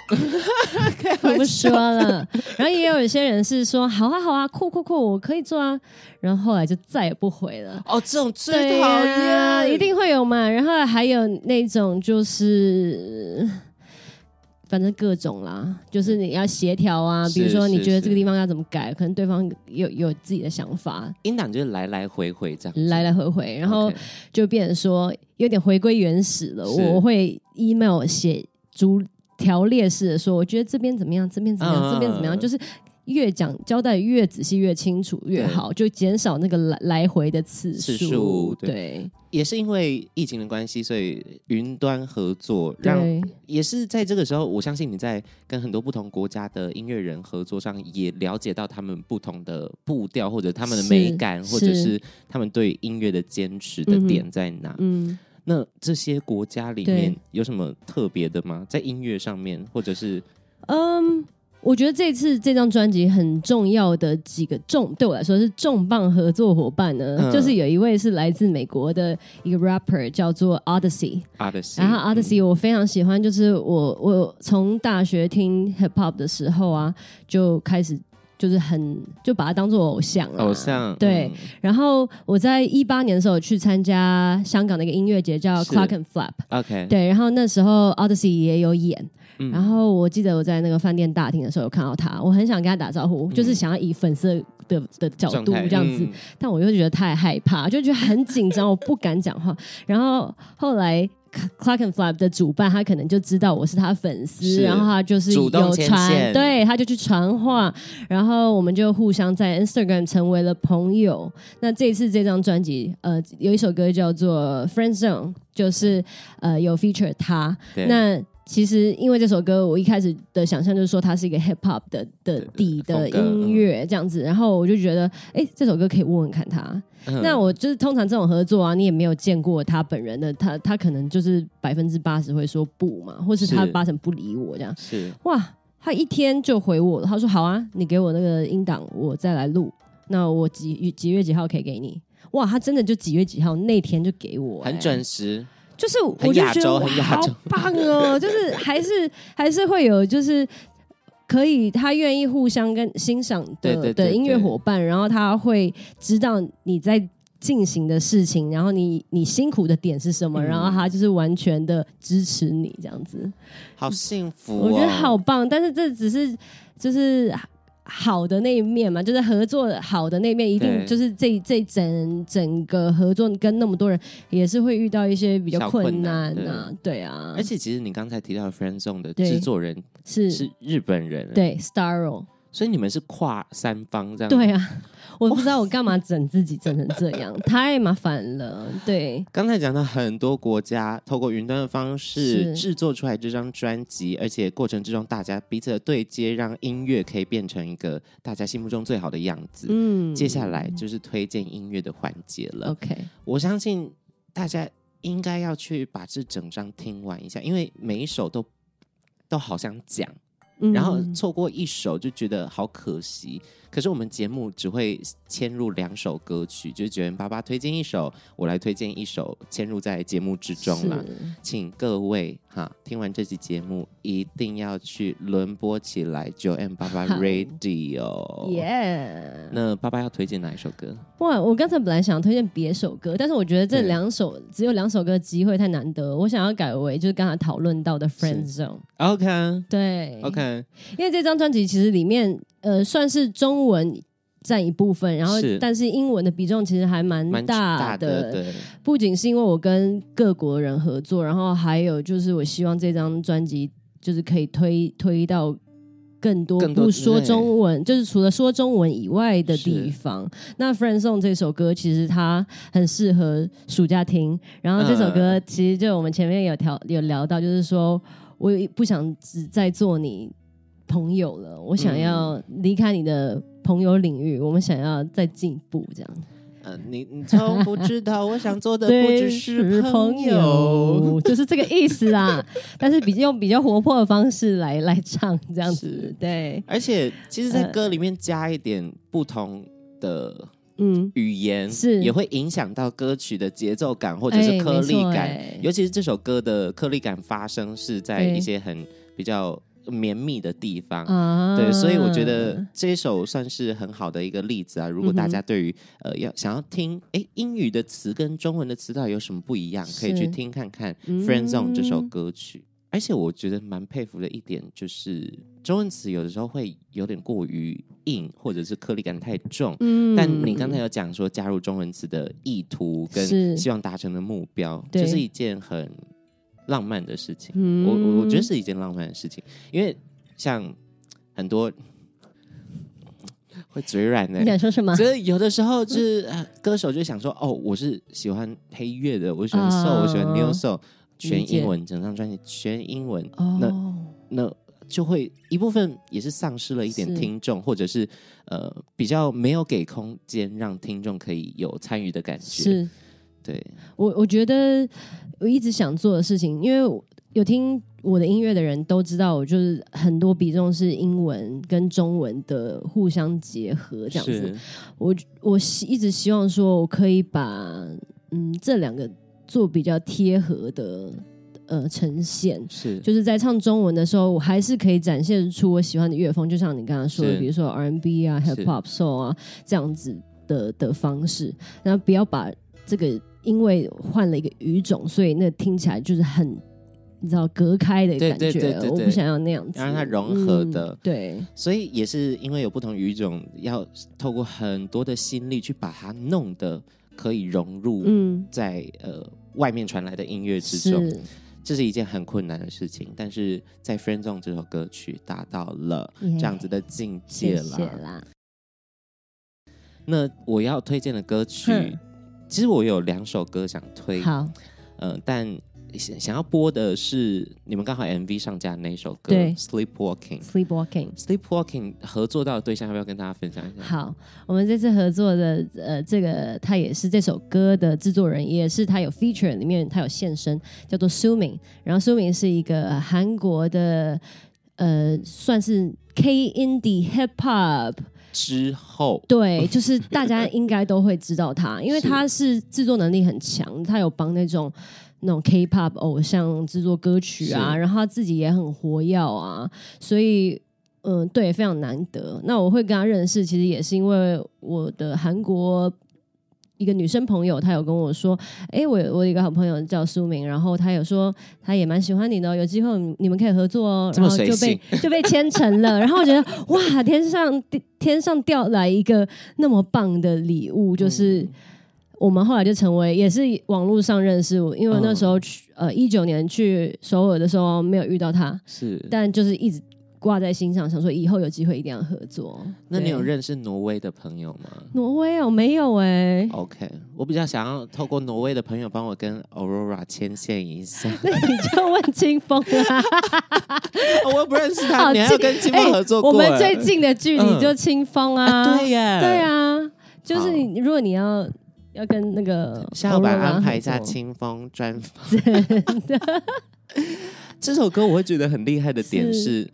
B: 我不说了。然后也有一些人是说，好啊好啊，酷酷酷，我可以做啊。然后后来就再也不回了。
A: 哦，这种最
B: 对
A: 讨
B: 呀，
A: 厌，
B: 一定会有嘛。然后还有那种就是反正各种啦，就是你要协调啊，
A: 是
B: 比如说你
A: 是
B: 觉得
A: 是
B: 这个地方要怎么改，可能对方有有自己的想法，
A: 音档就是来来回回这样子，
B: 来来回回，然后
A: OK
B: 就变成说有点回归原始了。
A: 是
B: 我会 email 写逐条列式的说，我觉得这边怎么样，这边怎么样，
A: 嗯
B: 这边怎么样，就是越讲交代越仔细、越清楚越好，就减少那个来来回的次
A: 次
B: 数。
A: 数对
B: 对
A: 也是因为疫情的关系，所以云端合作让
B: 对
A: 也是在这个时候，我相信你在跟很多不同国家的音乐人合作上，也了解到他们不同的步调，或者他们的
B: 是
A: 美感，或者
B: 是
A: 是他们对音乐的坚持的
B: 嗯哼
A: 点在哪。
B: 嗯，
A: 那这些国家里面
B: 对
A: 有什么特别的吗？在音乐上面，或者是
B: 嗯。我觉得这次这张专辑很重要的几个重对我来说是重磅合作伙伴呢，
A: 嗯
B: 就是有一位是来自美国的一个 rapper 叫做 Odyssey，
A: Odyssey？嗯
B: 然后 Odyssey 我非常喜欢，就是我我从大学听 hip hop 的时候啊，就开始就是很就把它当做偶像
A: 嗯
B: 了。
A: 偶像
B: 对
A: 嗯
B: 然后我在一八年的时候去参加香港的一个音乐节叫
A: 是
B: Clark and Flap，
A: 嗯，OK，
B: 对，然后那时候 Odyssey 也有演，
A: 嗯
B: 然后我记得我在那个饭店大厅的时候有看到他，我很想跟他打招呼，就是想要以粉丝的的角
A: 嗯状
B: 度
A: 态
B: 这样子，
A: 嗯
B: 但我又觉得太害怕，就觉得很紧张，我不敢讲话。 然后后来 Clark and Flap 的主办他可能就知道我是他粉丝，
A: 是
B: 然后他就是
A: 主动
B: 有
A: 牵
B: 传，
A: 线
B: 对，他就去传话，然后我们就互相在 Instagram 成为了朋友。那这次这张专辑，呃，有一首歌叫做《Friend Zone》，就是呃有 feature 他，
A: 对
B: 那其实因为这首歌，我一开始的想象就是说它是一个 hip hop 的的底的
A: 风格嗯
B: 音乐这样子，然后我就觉得，哎，这首歌可以问问看他。
A: 嗯
B: 那我就是通常这种合作啊，你也没有见过他本人的，他他可能就是百分之八十会说不嘛，或是他
A: 是
B: 八成不理我这样。
A: 是
B: 哇，他一天就回我了，他说好啊，你给我那个音档，我再来录。那我几几月几号可以给你？哇，他真的就几月几号那天就给我、
A: 很
B: 诶
A: 准时，
B: 就是我
A: 很
B: 就
A: 亚
B: 觉得
A: 洲
B: 哇
A: 很亚洲
B: 好棒哦，就是还是还是会有就是。可以，他愿意互相跟欣赏的
A: 对对对
B: 的音乐
A: 对
B: 伙伴，然后他会知道你在进行的事情，然后你你辛苦的点是什么，
A: 嗯
B: 然后他就是完全的支持你这样子，
A: 好幸福、哦，
B: 嗯我觉得好棒。但是这只是就是好的那一面嘛，就是合作好的那一面，一定
A: 对
B: 就是这这整整个合作跟那么多人也是会遇到一些比较
A: 小
B: 困
A: 困
B: 难
A: 难
B: 啊，对啊，
A: 而且其实你刚才提到 Friend Zone 的
B: 对
A: 制作人
B: 是
A: 是日本人，，
B: 对 Starro，
A: 所以你们是跨三方这样。
B: 对，啊。我不知道我干嘛整自己整成这样，太麻烦了。对，
A: 刚才讲到很多国家透过云端的方式
B: 是
A: 制作出来这张专辑，而且过程之中大家彼此的对接，让音乐可以变成一个大家心目中最好的样子。
B: 嗯哦
A: 接下来就是推荐音乐的环节了。
B: ，OK，
A: 我相信大家应该要去把这整张听完一下，因为每一首都都好想讲。
B: 嗯
A: 然后错过一首就觉得好可惜。可是我们节目只会嵌入两首歌曲，就是九元爸爸推荐一首，我来推荐一首，嵌入在节目之中啦。
B: 是
A: 请各位哈，听完这期节目一定要去轮播起来九 M 爸爸
B: 好
A: Radio。
B: 耶！
A: 那爸爸要推荐哪一首歌？
B: 哇，我刚才本来想推荐别首歌，但是我觉得这两首只有两首歌的机会太难得，我想要改为就是刚才讨论到的 Friend Zone。
A: OK
B: 对
A: OK，
B: 因为这张专辑其实里面呃算是中文占一部分，然后
A: 是
B: 但是英文的比重其实还蛮
A: 蛮
B: 大
A: 的，对，
B: 不仅是因为我跟各国人合作，然后还有就是我希望这张专辑就是可以推推到更多
A: 更多
B: 不说中文，就是除了说中文以外的地方。那《Friend Song》这首歌其实它很适合暑假听，然后这首
A: 嗯
B: 歌其实就我们前面有调有聊到，就是说我不想只在做你朋友了，我
A: 嗯
B: 想要离开你的朋友领域，我们想要再进步这样。
A: 呃，你你从不知道，我想做的不
B: 对，
A: 只是朋友。，
B: 就是这个意 思啦。但是比用比较活泼的方式来来唱这样子
A: 是，
B: 对，
A: 而且，其实，
B: 呃
A: 在歌里面加一点不同的
B: 嗯，
A: 语言，
B: 是
A: 也会影响到歌曲的节奏感或者是
B: 哎
A: 颗粒
B: 没错
A: 感。
B: 哎
A: 尤其是这首歌的颗粒感发生是在
B: 对
A: 一些很比较绵密的地方。
B: 啊
A: 对，所以我觉
B: 嗯
A: 得这一首算是很好的一个例子啊。如果大家对于、呃要想要听哎英语的词跟中文的词到底有什么不一样，可以去
B: 是
A: 听看看《Friend Zone》这首
B: 嗯
A: 歌曲。而且我觉得蛮佩服的一点就是，中文词有的时候会有点过于硬，或者是颗粒感太重。
B: 嗯
A: 但你刚才有讲说加入中文词的意图跟
B: 是
A: 希望达成的目标，
B: 对
A: 这是一件很浪漫的事情。
B: 嗯
A: 我我我觉得是一件浪漫的事情，因为像很多会嘴软的、
B: 你想说什么？
A: 所以有的时候就是、呃歌手就想说，哦，我是喜欢黑乐的，我喜欢 soul，、
B: 啊
A: 我喜欢 new soul，
B: 理
A: 全
B: 解
A: 英文，整张专辑全英文，那
B: 哦，
A: 那就会一部分也是丧失了一点
B: 是
A: 听众，或者是呃比较没有给空间让听众可以有参与的感觉。，
B: 是
A: 对，
B: 我我觉得我一直想做的事情，因为有听我的音乐的人都知道，我就是很多比重是英文跟中文的互相结合这样子。
A: 是
B: 我我希一直希望说，我可以把嗯这两个做比较贴合的呃呈现。
A: 是，
B: 就是在唱中文的时候，我还是可以展现出我喜欢的乐风，就像你刚刚说的，
A: 是
B: 比如说 R N B 啊、
A: 是
B: Hip Hop、Soul 啊这样子的的方式，然后不要把这个因为换了一个语种，所以那听起来就是很你知道隔开的
A: 对
B: 感觉，
A: 对对对对
B: 我不想要那样子，
A: 要让它融合的
B: 嗯对，
A: 所以也是因为有不同语种，要透过很多的心力去把它弄得可以融入
B: 嗯，
A: 在呃外面传来的音乐之中。
B: 是
A: 这是一件很困难的事情，但是在《Friend Zone》这首歌曲达到了
B: 耶
A: 这样子的境界
B: 嗯谢
A: 啦。
B: 谢啦，
A: 那我要推荐的歌曲
B: 哼，
A: 其实我有两首歌想推，嗯、
B: 嗯好，
A: 但想想要播的是你们刚好 MV 上架的那一首歌
B: 对
A: 《Sleepwalking》。
B: Sleepwalking。
A: Sleepwalking 合作到的对象要不要跟大家分享一下？
B: 好，我们这次合作的呃，这个他也是这首歌的制作人，也是他有 feature 里面他有现身，叫做苏敏。然后苏敏是一个呃韩国的呃，算是 K indie hip hop，
A: 之后
B: 对，就是大家应该都会知道他，因为
A: 是
B: 他是制作能力很强，他有帮那种。那种 K-pop 偶像制作歌曲啊，
A: 是
B: 然后他自己也很活跃啊，所以嗯，对，非常难得。那我会跟他认识，其实也是因为我的韩国一个女生朋友，她有跟我说，哎，我我有一个好朋友叫苏明，然后她有说她也蛮喜欢你的哦、有机会你们可以合作哦，
A: 这
B: 然
A: 么
B: 后就
A: 随
B: 被就被签成了。然后我觉得哇，天上天上掉来一个那么棒的礼物，就是。
A: 嗯
B: 我们后来就成为，也是网络上认识我，因为那时候去、
A: 嗯
B: 呃一九年去首尔的时候没有遇到他，
A: 是，
B: 但就是一直挂在心上，想说以后有机会一定要合作。
A: 那你
B: 对
A: 有认识挪威的朋友吗
B: 挪威哦？没有哎、
A: ？OK，我比较想要透过挪威的朋友帮我跟 Aurora 牵线一 下，哦
B: 那你就问清风啊啦。
A: 我又不认识他，
B: 好哎
A: 你还有跟清 风合作过、
B: 我们最近的距离
A: 嗯
B: 就清风啊，
A: 啊，对呀，
B: 对，啊，就是你，如果你要要跟那个
A: 下晚
B: Aurora
A: 安排一
B: 合
A: 下
B: 作
A: 清风专访。 这首歌我会觉得很厉害的点
B: 是
A: 是，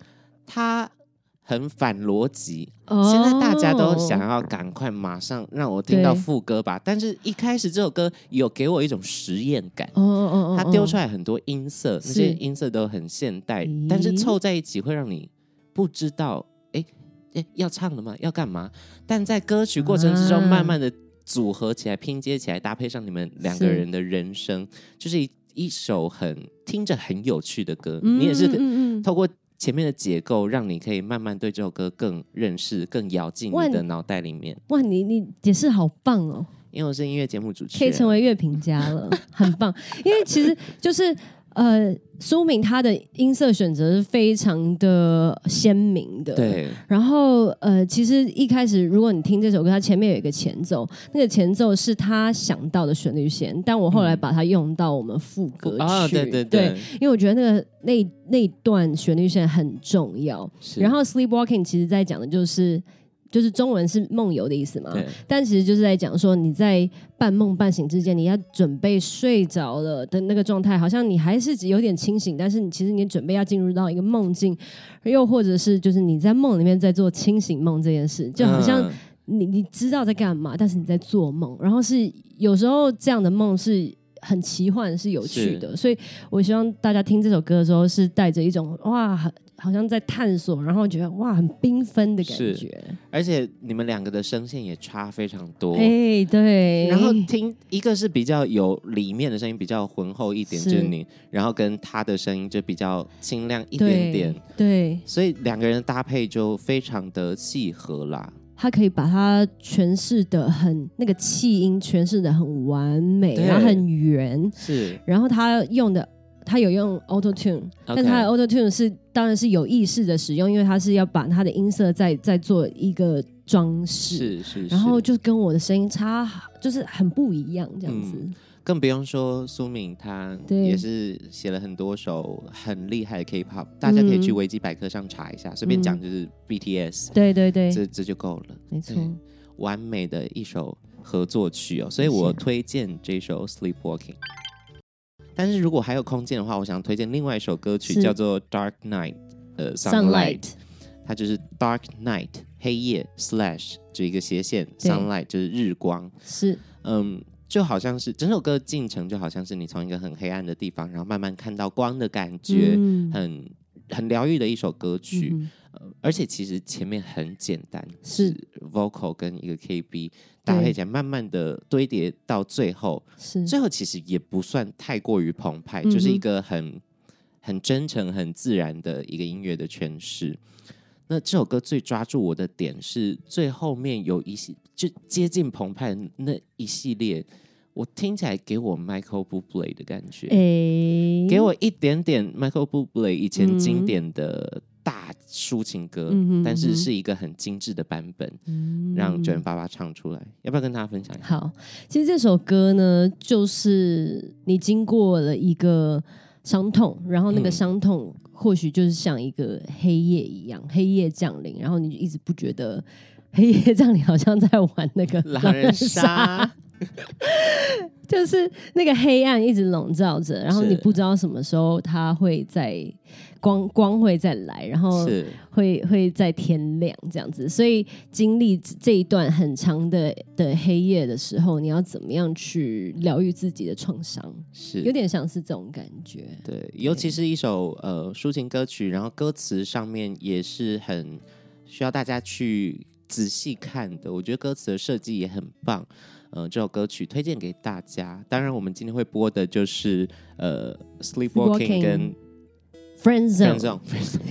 A: 它很反逻辑。
B: 哦
A: 现在大家都想要赶快马上让我听到
B: 对
A: 副歌吧，但是一开始这首歌有给我一种实验感。
B: 哦哦哦，
A: 它丢出
B: 来
A: 来很多音色，那
B: 是
A: 些音色都很现代，
B: 咦
A: 但是凑在一起会让你不知道，哎哎，诶要唱了吗？要干嘛？但在歌曲过程之中，
B: 啊
A: 慢慢的组合起来、拼接起来，搭配上你们两个
B: 是
A: 人的人声，就是一一首很听着很有趣的歌。你也是
B: 嗯嗯嗯
A: 透过。前面的结构让你可以慢慢对这首歌更认识、更咬进
B: 哇
A: 你
B: 你
A: 的脑袋里面。
B: 哇，你你解释好棒哦。
A: 因为我是音乐节目主持
B: 可以
A: 人，
B: 成为乐评家了，很棒。因为其实就是呃，苏敏她的音色选择是非常的鲜明的，。
A: 对，
B: 然后呃，其实一开始如果你听这首歌，它前面有一个前奏，那个前奏是他想到的旋律线，但我后来把它用到我们副歌曲，
A: 嗯啊，对对对，
B: 因为我觉得那个那那一段旋律线很重要。
A: 是
B: 然后 sleepwalking 其实在讲的就是。就是中文是梦游的意思嘛，
A: 对
B: 但其实就是在讲说，你在半梦半醒之间，你要准备睡着了的那个状态，好像你还是有点清醒，但是你其实你准备要进入到一个梦境，又或者是就是你在梦里面在做清醒梦这件事，就好像
A: 嗯
B: 你你知道在干嘛，但是你在做梦，然后是有时候这样的梦是很奇幻，是有趣的。所以我希望大家听这首歌的时候，是带着一种哇，好好像在探索，然后觉得哇，很缤纷的感
A: 是
B: 觉。
A: 而且你们两个的声线也差非常多。
B: 哎，对。
A: 然后听一个是比较有里面的声音比较浑厚一点，
B: 是
A: 就是你，然后跟他的声音就比较清亮一点点，
B: 对，对
A: 所以两个人的搭配就非常的契合啦。
B: 他可以把它诠释的很那个气音诠释的很完美，
A: 对
B: 然后很圆，
A: 是，
B: 然后他用的。他有用 Auto Tune，但是他的 Auto Tune 是当然是有意识的使用，因为他是要把他的音色再再做一个装
A: 是
B: 饰，
A: 是，
B: 然后
A: 是
B: 就跟我的声音差，就是很不一样这样子。
A: 嗯更不用说苏敏，她
B: 对
A: 也是写了很多首很厉害的 K-pop，大家可以去维基百科上查一下，随便讲就是 BTS，
B: 嗯对对对，
A: 这嗯这就够了，
B: 没错。
A: 对完美的一首合作曲哦，所以
B: 谢谢
A: 我推荐这首《Sleepwalking》。但是如果还有空间的话，我想推荐另外一首歌曲，
B: 是
A: 叫做《Dark Night》，呃，《Sunlight》，
B: Sunlight，
A: 它就是 Dark Night 黑夜 slash 这一个斜线
B: 对
A: ，Sunlight 就是日光，
B: 是
A: 嗯，就好像是整首歌进程，就好像是你从一个很黑暗的地方，然后慢慢看到光的感觉，
B: 嗯
A: 很很疗愈的一首歌曲、
B: 嗯
A: 呃而且其实前面很简单，
B: 是
A: vocal 跟一个 KB 搭配起来，慢慢的堆叠到最后，
B: 是
A: 最后其实也不算太过于澎湃，
B: 嗯哼
A: 就是一个很很真诚、很自然的一个音乐的诠释。那这首歌最抓住我的点是最后面有一系就接近澎湃的那一系列，我听起来给我 Michael Bublé 的感觉，
B: 诶，
A: 给我一点点 Michael
B: 嗯
A: Bublé 以前经典的大抒情歌，
B: 嗯哼
A: 但
B: 嗯
A: 是
B: 哼
A: 是一个很精致的版本，
B: 嗯
A: 让卷爸爸唱出来，要不要跟大家分享 一下？
B: 好，其实这首歌呢，就是你经过了一个伤痛，然后那个
A: 嗯
B: 伤痛或许就是像一个黑夜一样，黑夜降临，然后你就一直不觉得。黑夜降临好像在玩 那个
A: 狼人 杀，
B: 就是那个黑暗一直笼罩着，然后你
A: 是
B: 不知道什么时候它会在光光会再来，然后
A: 是
B: 会会在天亮这样子，所以经历这一段很长的的黑夜的时候，你要怎么样去疗愈自己的创伤？
A: 是
B: 有点像是这种感觉，
A: 对，尤其是一首呃抒情歌曲，然后歌词上面也是很需要大家去仔细看的。我觉得歌词的设计也很棒，呃，这首歌曲推荐给大家。当然，我们今天会播的就是呃《Sleepwalking》
B: Sleepwalking
A: 跟《
B: friend
A: 非常
B: zone，
A: 重》，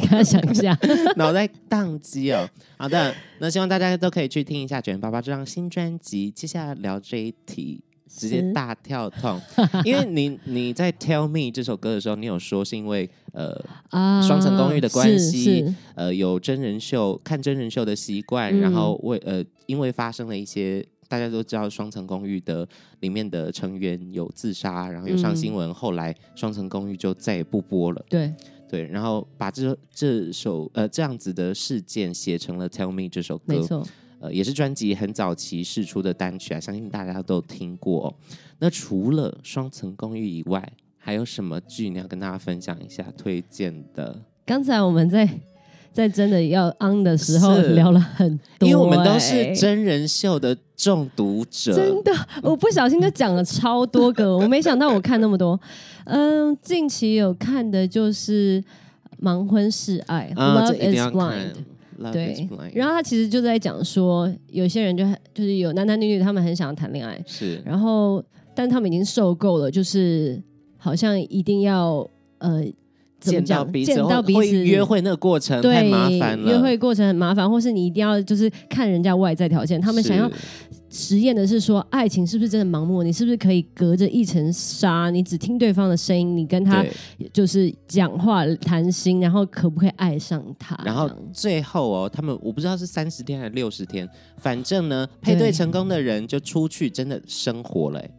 B: 给他 想一下，
A: 脑袋宕机哦。好的，那希望大家都可以去听一下卷爸爸这张新专辑。接下来聊这一题。直接
B: 是
A: 大跳 痛，因为你你在《Tell Me》这首歌的时候，你有说是因为呃
B: 啊
A: 双层公寓的关
B: 是
A: 系
B: 是
A: 呃有真人秀看真人秀的习惯，
B: 嗯
A: 然后为呃因为发生了一些大家都知道双层公寓的里面的成员有自杀，然后有上
B: 嗯
A: 新闻，后来双层公寓就再也不播了。
B: 对，
A: 对，然后把这这首呃这样子的事件写成了《Tell Me》这首歌，
B: 没错，
A: 呃，也是专辑很早期试出的单曲啊，相信大家都有听过、哦。那除了《双层公寓》以外，还有什么剧你要跟大家分享一下推荐的？
B: 刚才我们在在真的要 on 的时候
A: 是
B: 聊了很多、
A: 因为我们都是
B: 哎
A: 真人秀的中毒者，
B: 真的，
A: 嗯
B: 我不小心就讲了超 多个，我没想到我看那么多。嗯，近期有看的就是《盲婚试爱》
A: 啊，
B: l
A: 这
B: o
A: 一
B: v
A: 定
B: e is
A: 要
B: Blind
A: 看。。Love is
B: 对
A: blind，，
B: 然后他其实就在讲说，有些人就很就是有男男女女，他们很想要谈恋爱，
A: 是
B: 然后但他们已经受够了，就是好像一定要呃怎
A: 见
B: 么
A: 到
B: 讲，
A: 彼
B: 见
A: 此，或
B: 到彼
A: 会
B: 此
A: 约会那个过程太
B: 对
A: 麻烦了，
B: 约会过程很麻烦，或是你一定要就是看人家外在条件，他们想要
A: 是
B: 实验的是说，爱情是不是真的盲目？你是不是可以隔着一层纱，你只听对方的声音，你跟他
A: 对
B: 就是讲话谈心，然后可不可以爱上他？
A: 然后
B: 这样
A: 最后哦，他们我不知道是三十天还是六十天，反正呢，配对
B: 对
A: 成功的人就出去真的生活了欸，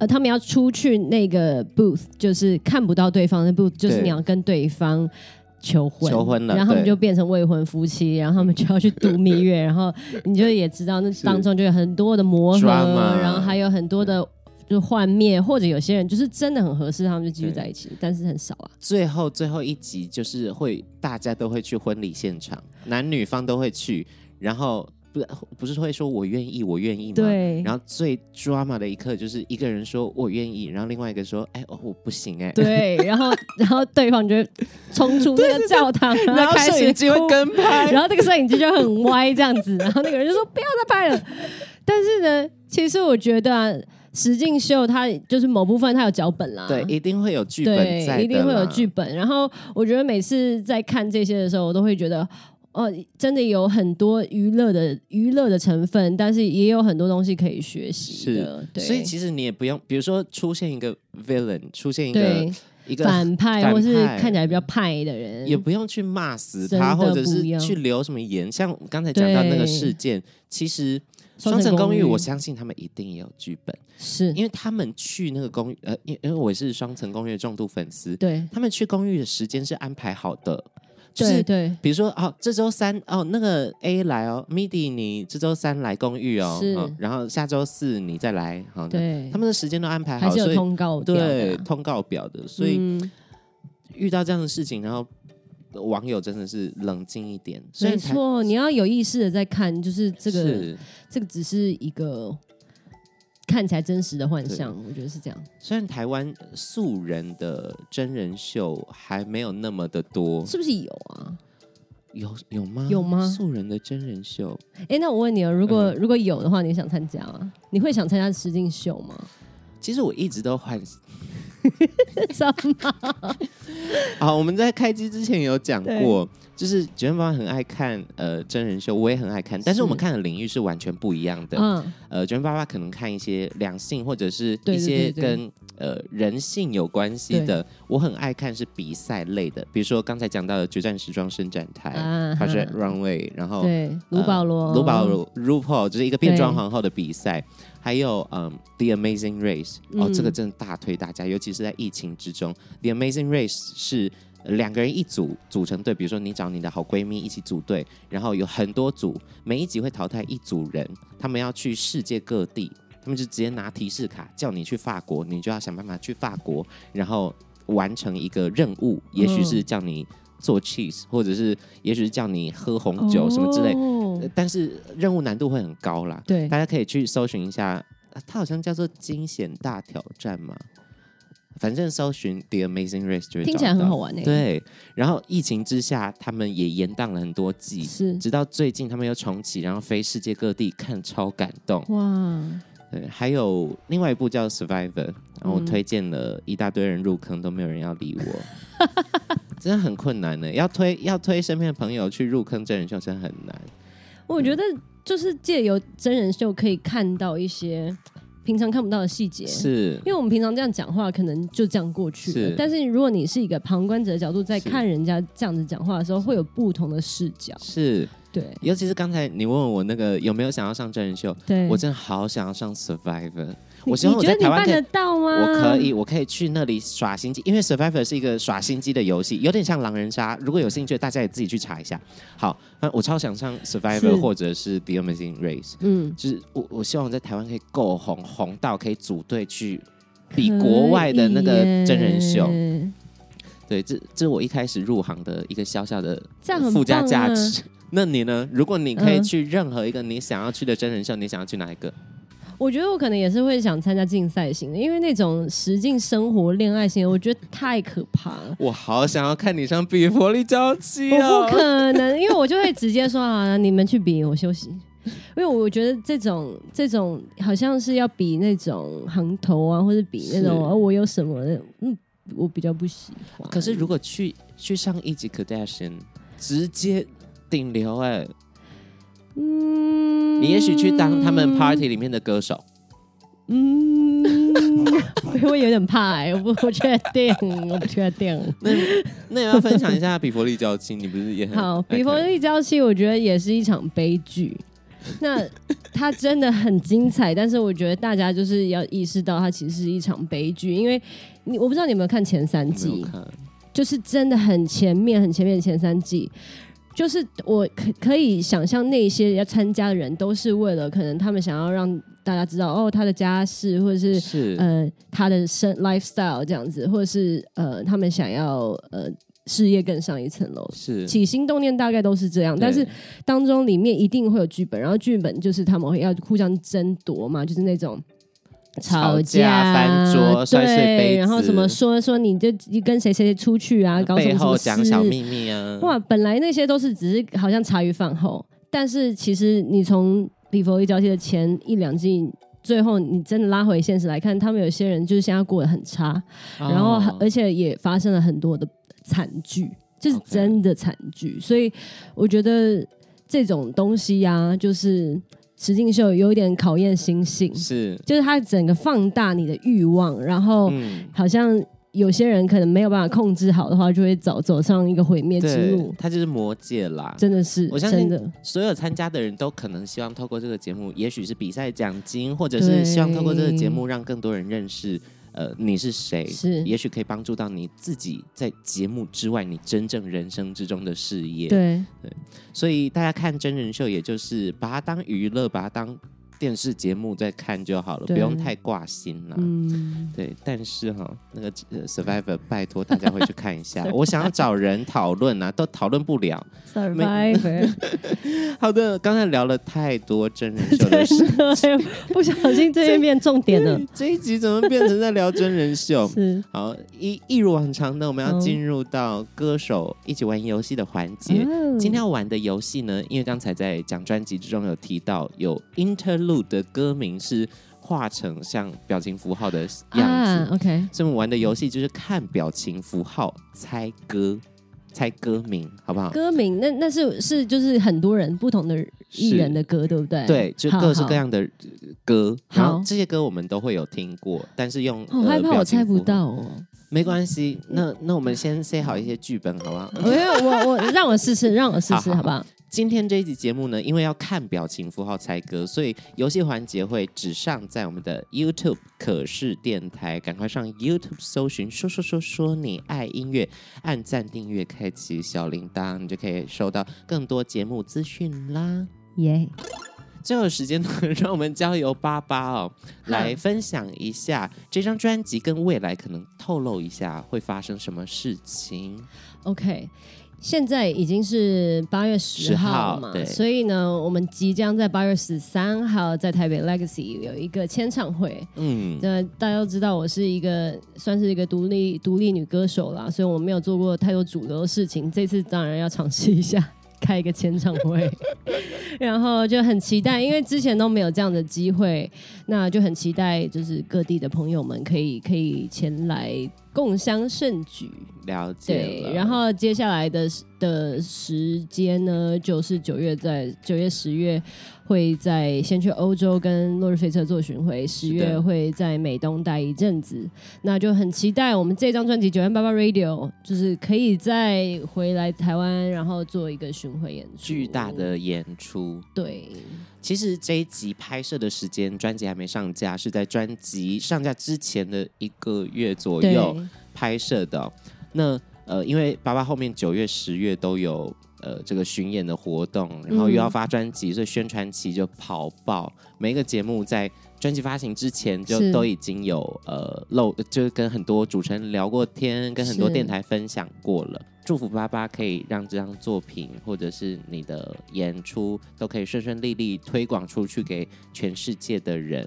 B: 呃，他们要出去那个 booth，就是看不到对方的 booth，就是
A: 对
B: 你要跟对方。求婚，
A: 求婚了
B: 然后他们
A: 对
B: 就变成未婚夫妻，然后他们就要去度蜜月，然后你就也知道那当中就有很多的磨合，
A: Drama
B: 然后还有很多的就幻灭，或者有些人就是真的很合适，他们就继续
A: 对
B: 在一起，但是很少啊。
A: 最后最后一集就是会大家都会去婚礼现场，男女方都会去，然后不是不是会说我愿意，我愿意吗？
B: 对
A: 然后最 drama 的一刻就是一个人说我愿意，然后另外一个说哎哦我不行哎、
B: 对，然后然后对方就会冲出那个教堂，
A: 然
B: 后
A: 后
B: 开
A: 摄
B: 始
A: 影机会
B: 哭
A: 跟拍，
B: 然后那个摄影机就很歪这样子，然后那个人就说不要 再拍了。但是呢，其实我觉得、啊、石敬秀他就是某部分他有脚本啦，
A: 对，一定会有剧本在的啦，
B: 对，一定会有剧本。然后我觉得每次在看这些的时候，我都会觉得。哦，真的有很多娱乐的娱乐的成分，但是也有很多东西可以学习的
A: 是。，
B: 对，
A: 所以其实你也不用，比如说出现一个 villain，出现一个
B: 对
A: 一个
B: 反派
A: 反
B: 或是
A: 派
B: 看起来比较派的人，
A: 也不用去骂死
B: 真
A: 他，
B: 的
A: 或者
B: 不
A: 是
B: 用
A: 去留什么言。像刚才讲到那个
B: 对
A: 事件，其实双
B: 双城
A: 城公
B: 公
A: 寓，
B: 寓嗯
A: 我相信他们一定也有剧本，
B: 是
A: 因为他们去那个公寓，呃，因因为我是双城公寓的重度粉丝，
B: 对
A: 他们去公寓的时间是安排好的，就是
B: 对对
A: 比如说，哦，这周三哦，那个 A 来哦，MIDI 你这周三来公寓哦，
B: 是
A: 嗯然后下周四你再来，好、
B: 对
A: 他，们的时间都安排
B: 还
A: 好，
B: 是有
A: 所以
B: 通告掉的
A: 对
B: 啦
A: 通告表的，所以
B: 嗯
A: 遇到这样的事情，然后网友真的是冷静一点，虽
B: 没
A: 然台
B: 错，你要有意识的在看，就是这个
A: 是
B: 这个只是一个看起来真实的幻象，我觉得是这样。
A: 虽然台湾素人的真人秀还没有那么的多，
B: 是不是有啊？
A: 有有吗？
B: 有吗
A: 素人的真人秀，
B: 哎，那我问你哦，如
A: 嗯
B: 果、如果有的话，你想参加吗？你会想参加实境秀 吗？
A: 其实我一直都幻
B: 什么？
A: 啊，我们在开机之前有讲过，就是九份方很爱看呃真人秀，我也很爱看，但是
B: 是
A: 我们看的领域是完全不一样的。
B: 嗯，
A: 呃，九份爸爸可能看一些两性或者是
B: 对
A: 一
B: 对
A: 些
B: 对对
A: 跟呃人性有关系的，我很爱看是比赛类的，比如说刚才讲到的《决战时装伸展台》
B: 啊
A: 《
B: 哈
A: Project Runway》，然后
B: 对，卢保罗，
A: 呃卢宝，RuPaul 就是一个变装
B: 对
A: 皇后的比赛，还有嗯 The Amazing Race 哦，
B: 嗯
A: 这个真的大推大家，尤其是在疫情之中，The Amazing Race 是。呃两个人一组组成队，比如说你找你的好闺蜜一起组队，然后有很多组，每一集会淘汰一组人，他们要去世界各地，他们就直接拿提示卡叫你去法国，你就要想办法去法国，然后完成一个任务，也许是叫你做 cheese，、或者是也许是叫你喝红酒什么之类，呃
B: 类。
A: 但是任务难度会很高啦。
B: 哦对
A: 大家可以去搜寻一下，啊它好像叫做《惊险大挑战》嘛，反正搜寻《The Amazing Race》就会
B: 听起
A: 找
B: 来
A: 到
B: 很好。玩诶、，欸
A: 对，然后疫情之下，他们也延宕了很多季，
B: 是
A: 直到最近他们又重启，然后飞世界各地，看超感动。
B: 哇，
A: 对，还有另外一部叫《Survivor》，然后我
B: 嗯
A: 推荐了一大堆人入坑，都没有人要理我， 真的很困难呢。要推要推身边的朋友去入坑真人秀，真的很难。
B: 我
A: 嗯
B: 觉得就是借由真人秀可以看到一些平常看不到的细节，
A: 是
B: 因为我们平常这样讲话，可能就这样过去了
A: 是。
B: 但是如果你是一个旁观者的角度，在
A: 是
B: 看人家这样子讲话的时候，会有不同的视角。
A: 是，
B: 对
A: 尤其是刚才你问我那个有没有想要上真人秀，
B: 对，
A: 我真的好想要上 Survivor，
B: 你
A: 我希望
B: 你
A: 我
B: 觉
A: 在
B: 得你
A: 台湾
B: 办
A: 可以
B: 得。到吗？
A: 我可以，我可以去那里耍心机，因为 Survivor 是一个耍心机的游戏，有点像狼人杀。如果有兴趣，大家也自己去查一下。好，那我超想上 Survivor
B: 是
A: 或者是 The Amazing Race，
B: 嗯，
A: 就是我我希望我在台湾可以够红，红到可以组队去
B: 可以
A: 比
B: 耶，
A: 国外的那个
B: 嗯
A: 真人秀。
B: 这
A: 对，这这是我一开始入行的一个小小的
B: 样很
A: 附加
B: 棒
A: 价
B: 啊
A: 值。那你呢？如果你可以
B: 嗯
A: 去任何一个你想要去的真人秀，你想要去哪一个？
B: 我觉得我可能也是会想参加竞赛型的，因为那种实境生活、恋爱型的，我觉得太可怕了。
A: 我好想要看你上《比佛利娇妻》
B: 我
A: 哦！
B: 不可能，因为我就会直接说啊，你们去比，我休息。因为我觉得这种这种好像是要比那种行头啊，或者比那
A: 是
B: 种、啊、我有什么的，嗯，我比较不喜欢。
A: 可是如果去去上一集 Kardashian，直接顶流哎、
B: 嗯
A: 你也许去当他们 party 里面的歌 手，
B: 嗯，我会有点怕哎、我不不确定，我不确 定。
A: 那也要分享一下《比佛利娇妻》，你不是也很
B: 好，
A: 爱
B: 比佛
A: 看
B: 利娇妻，我觉得也是一场悲剧。那它真的很精彩，但是我觉得大家就是要意识到，它其实是一场悲剧，因为你我不知道你有没有看前三
A: 我没有
B: 季，
A: 看
B: 就是真的很前面、很前面的前三季。就是我可可以想象那些要参加的人，都是为了可能他们想要让大家知道哦，他的家世或者是
A: 是
B: 呃他的生 lifestyle 这样子，或者是呃他们想要呃事业更上一层楼。
A: 是
B: 起心动念大概都是这样，
A: 对
B: 但是当中里面一定会有剧本，然后剧本就是他们会要互相争夺嘛，就是那种。
A: 吵
B: 吵
A: 架翻桌摔碎杯
B: 对，
A: 子呃
B: 然后什么说说你就你跟谁谁谁出去啊，搞什
A: 背
B: 么什么
A: 后讲小
B: 事
A: 秘密啊，
B: 哇，本来那些都是只是好像茶余饭后，但是其实你从李佛一交替的前一两季，最后你真的拉回现实来看，他们有些人就是现在过得很差，
A: 哦，
B: 然后而且也发生了很多的惨剧，就是真的惨剧。所以我觉得这种东西呀、就是石敬秀有一点考验心性，
A: 是
B: 就是他整个放大你的欲望，然后
A: 嗯，
B: 好像。有些人可能没有办法控制好的话，就会走走上一个毁灭之
A: 对
B: 路，。
A: 他就是魔戒啦。
B: 真的是，
A: 我相信
B: 真的
A: 所有参加的人都可能希望透过这个节目，也许是比赛奖金，或者
B: 对
A: 是希望透过这个节目让更多人认识，呃，你是谁，
B: 是
A: 也许可以帮助到你自己在节目之外，你真正人生之中的事业。，
B: 对
A: 所以大家看真人秀，也就是把它当娱乐，把它当电视节目在看就好了，不
B: 对
A: 用太挂心啦。
B: 嗯，
A: 对，但是哈，那个、呃 Survivor，拜托大家回去看一 下。我想要找人讨论啊，都讨论不了。
B: ，Survivor，
A: 好的，刚才聊了太多真人秀的事，
B: 真的哎呦不小心这边变重点 了，？
A: 这一集怎么变成在聊真人秀
B: 是嗯
A: 好，一一如往常的，我们要进入到歌手一起玩游戏的环节。
B: 哦
A: 今天要玩的游戏呢，因为刚才在讲专辑之中有提到，有 interlude 的歌名是画成像表情符号的样子，
B: 啊，OK，
A: 所以我们玩的游戏就是看表情符号猜歌，猜歌名，好不好？
B: 歌名那那是是就是很多人不同的艺人的歌，对不对？
A: 对，就
B: 好
A: 各式各。样的呃歌，然后
B: 好
A: 这些歌我们都会有听过，但是用
B: 好好害
A: 呃
B: 怕
A: 表
B: 我
A: 情
B: 猜不
A: 符号
B: 到 哦，
A: 没关系，那那我们先塞好一些剧本，好不好？
B: 我要哎我我让我试试，让我试试
A: 好好
B: 好不好？
A: 今天这一集节目呢，因为要看表情符号猜歌，所以游戏环节会只上在我们的 YouTube 可视电台，赶快上 YouTube 搜寻“说说说说你爱音乐”，按赞订阅，开启小铃铛，你就可以收到更多节目资讯啦。
B: 耶，
A: 最后的时间呢，让我们交由巴巴哦来分享一下这张专辑跟未来可能透露一下会发生什么事情。
B: OK，现在已经是八月十号
A: 10号
B: 嘛
A: 对，
B: 所以呢，我们即将在八月十三号在台北 Legacy 有一个签唱会。
A: 嗯，
B: 那大家都知道，我是一个算是一个独立独立女歌手啦，所以我没有做过太多主流的事情。这次当然要尝试一下开一个签唱会，然后就很期待，因为之前都没有这样的机会，那就很期待，就是各地的朋友们可以可以前来共襄盛举。
A: 了解了。
B: 对，然后接下来的时的时间呢，就是九月在九月十月会在先去欧洲跟落日飞车做巡回，十
A: 是
B: 月
A: 的
B: 会在美东待一阵子，那就很期待我们这张专辑《九万八八 Radio》就是可以再回来台湾，然后做一个巡回演出，
A: 巨大的演出，
B: 对，
A: 其实这一集拍摄的时间，专辑还没上架，是在专辑上架之前的一个月左
B: 对，
A: 右拍摄的哦、那呃，因为爸爸后面九月、十月都有呃这个巡演的活动，然后又要发专辑，所以宣传期就跑爆。每一个节目在专辑发行之前就是都已经有呃漏，就是跟很多主持人聊过天，跟很多
B: 是
A: 电台分享过了。祝福爸爸可以让这张作品或者是你的演出都可以顺顺利利推广出去给全世界的人。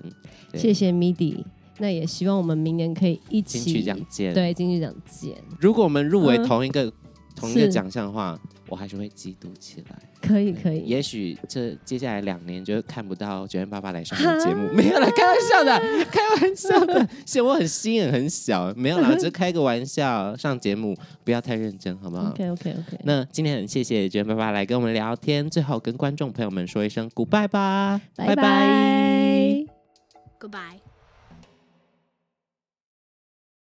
A: 对
B: 谢，谢 MIDI，那也希望我们明年可以一
A: 金曲
B: 起
A: 奖见。
B: 对金曲奖见，
A: 如果我们入围
B: 嗯
A: 同一个、同一个
B: 是
A: 奖项的话，我还是会嫉妒起来。
B: 可以可以，
A: 也许这接下来两年就看不到九元爸爸来上我的节目，没有啦，开玩笑的，开玩笑的，显得我很心眼很小，没 有啦，只是开个玩笑，上节目不要太认真，好不好
B: OK OK OK，
A: 嗯那今天很谢谢九元爸爸来跟我们聊天，最后跟观众朋友们说一声 goodbye 吧，
B: 拜拜
E: Goodbye.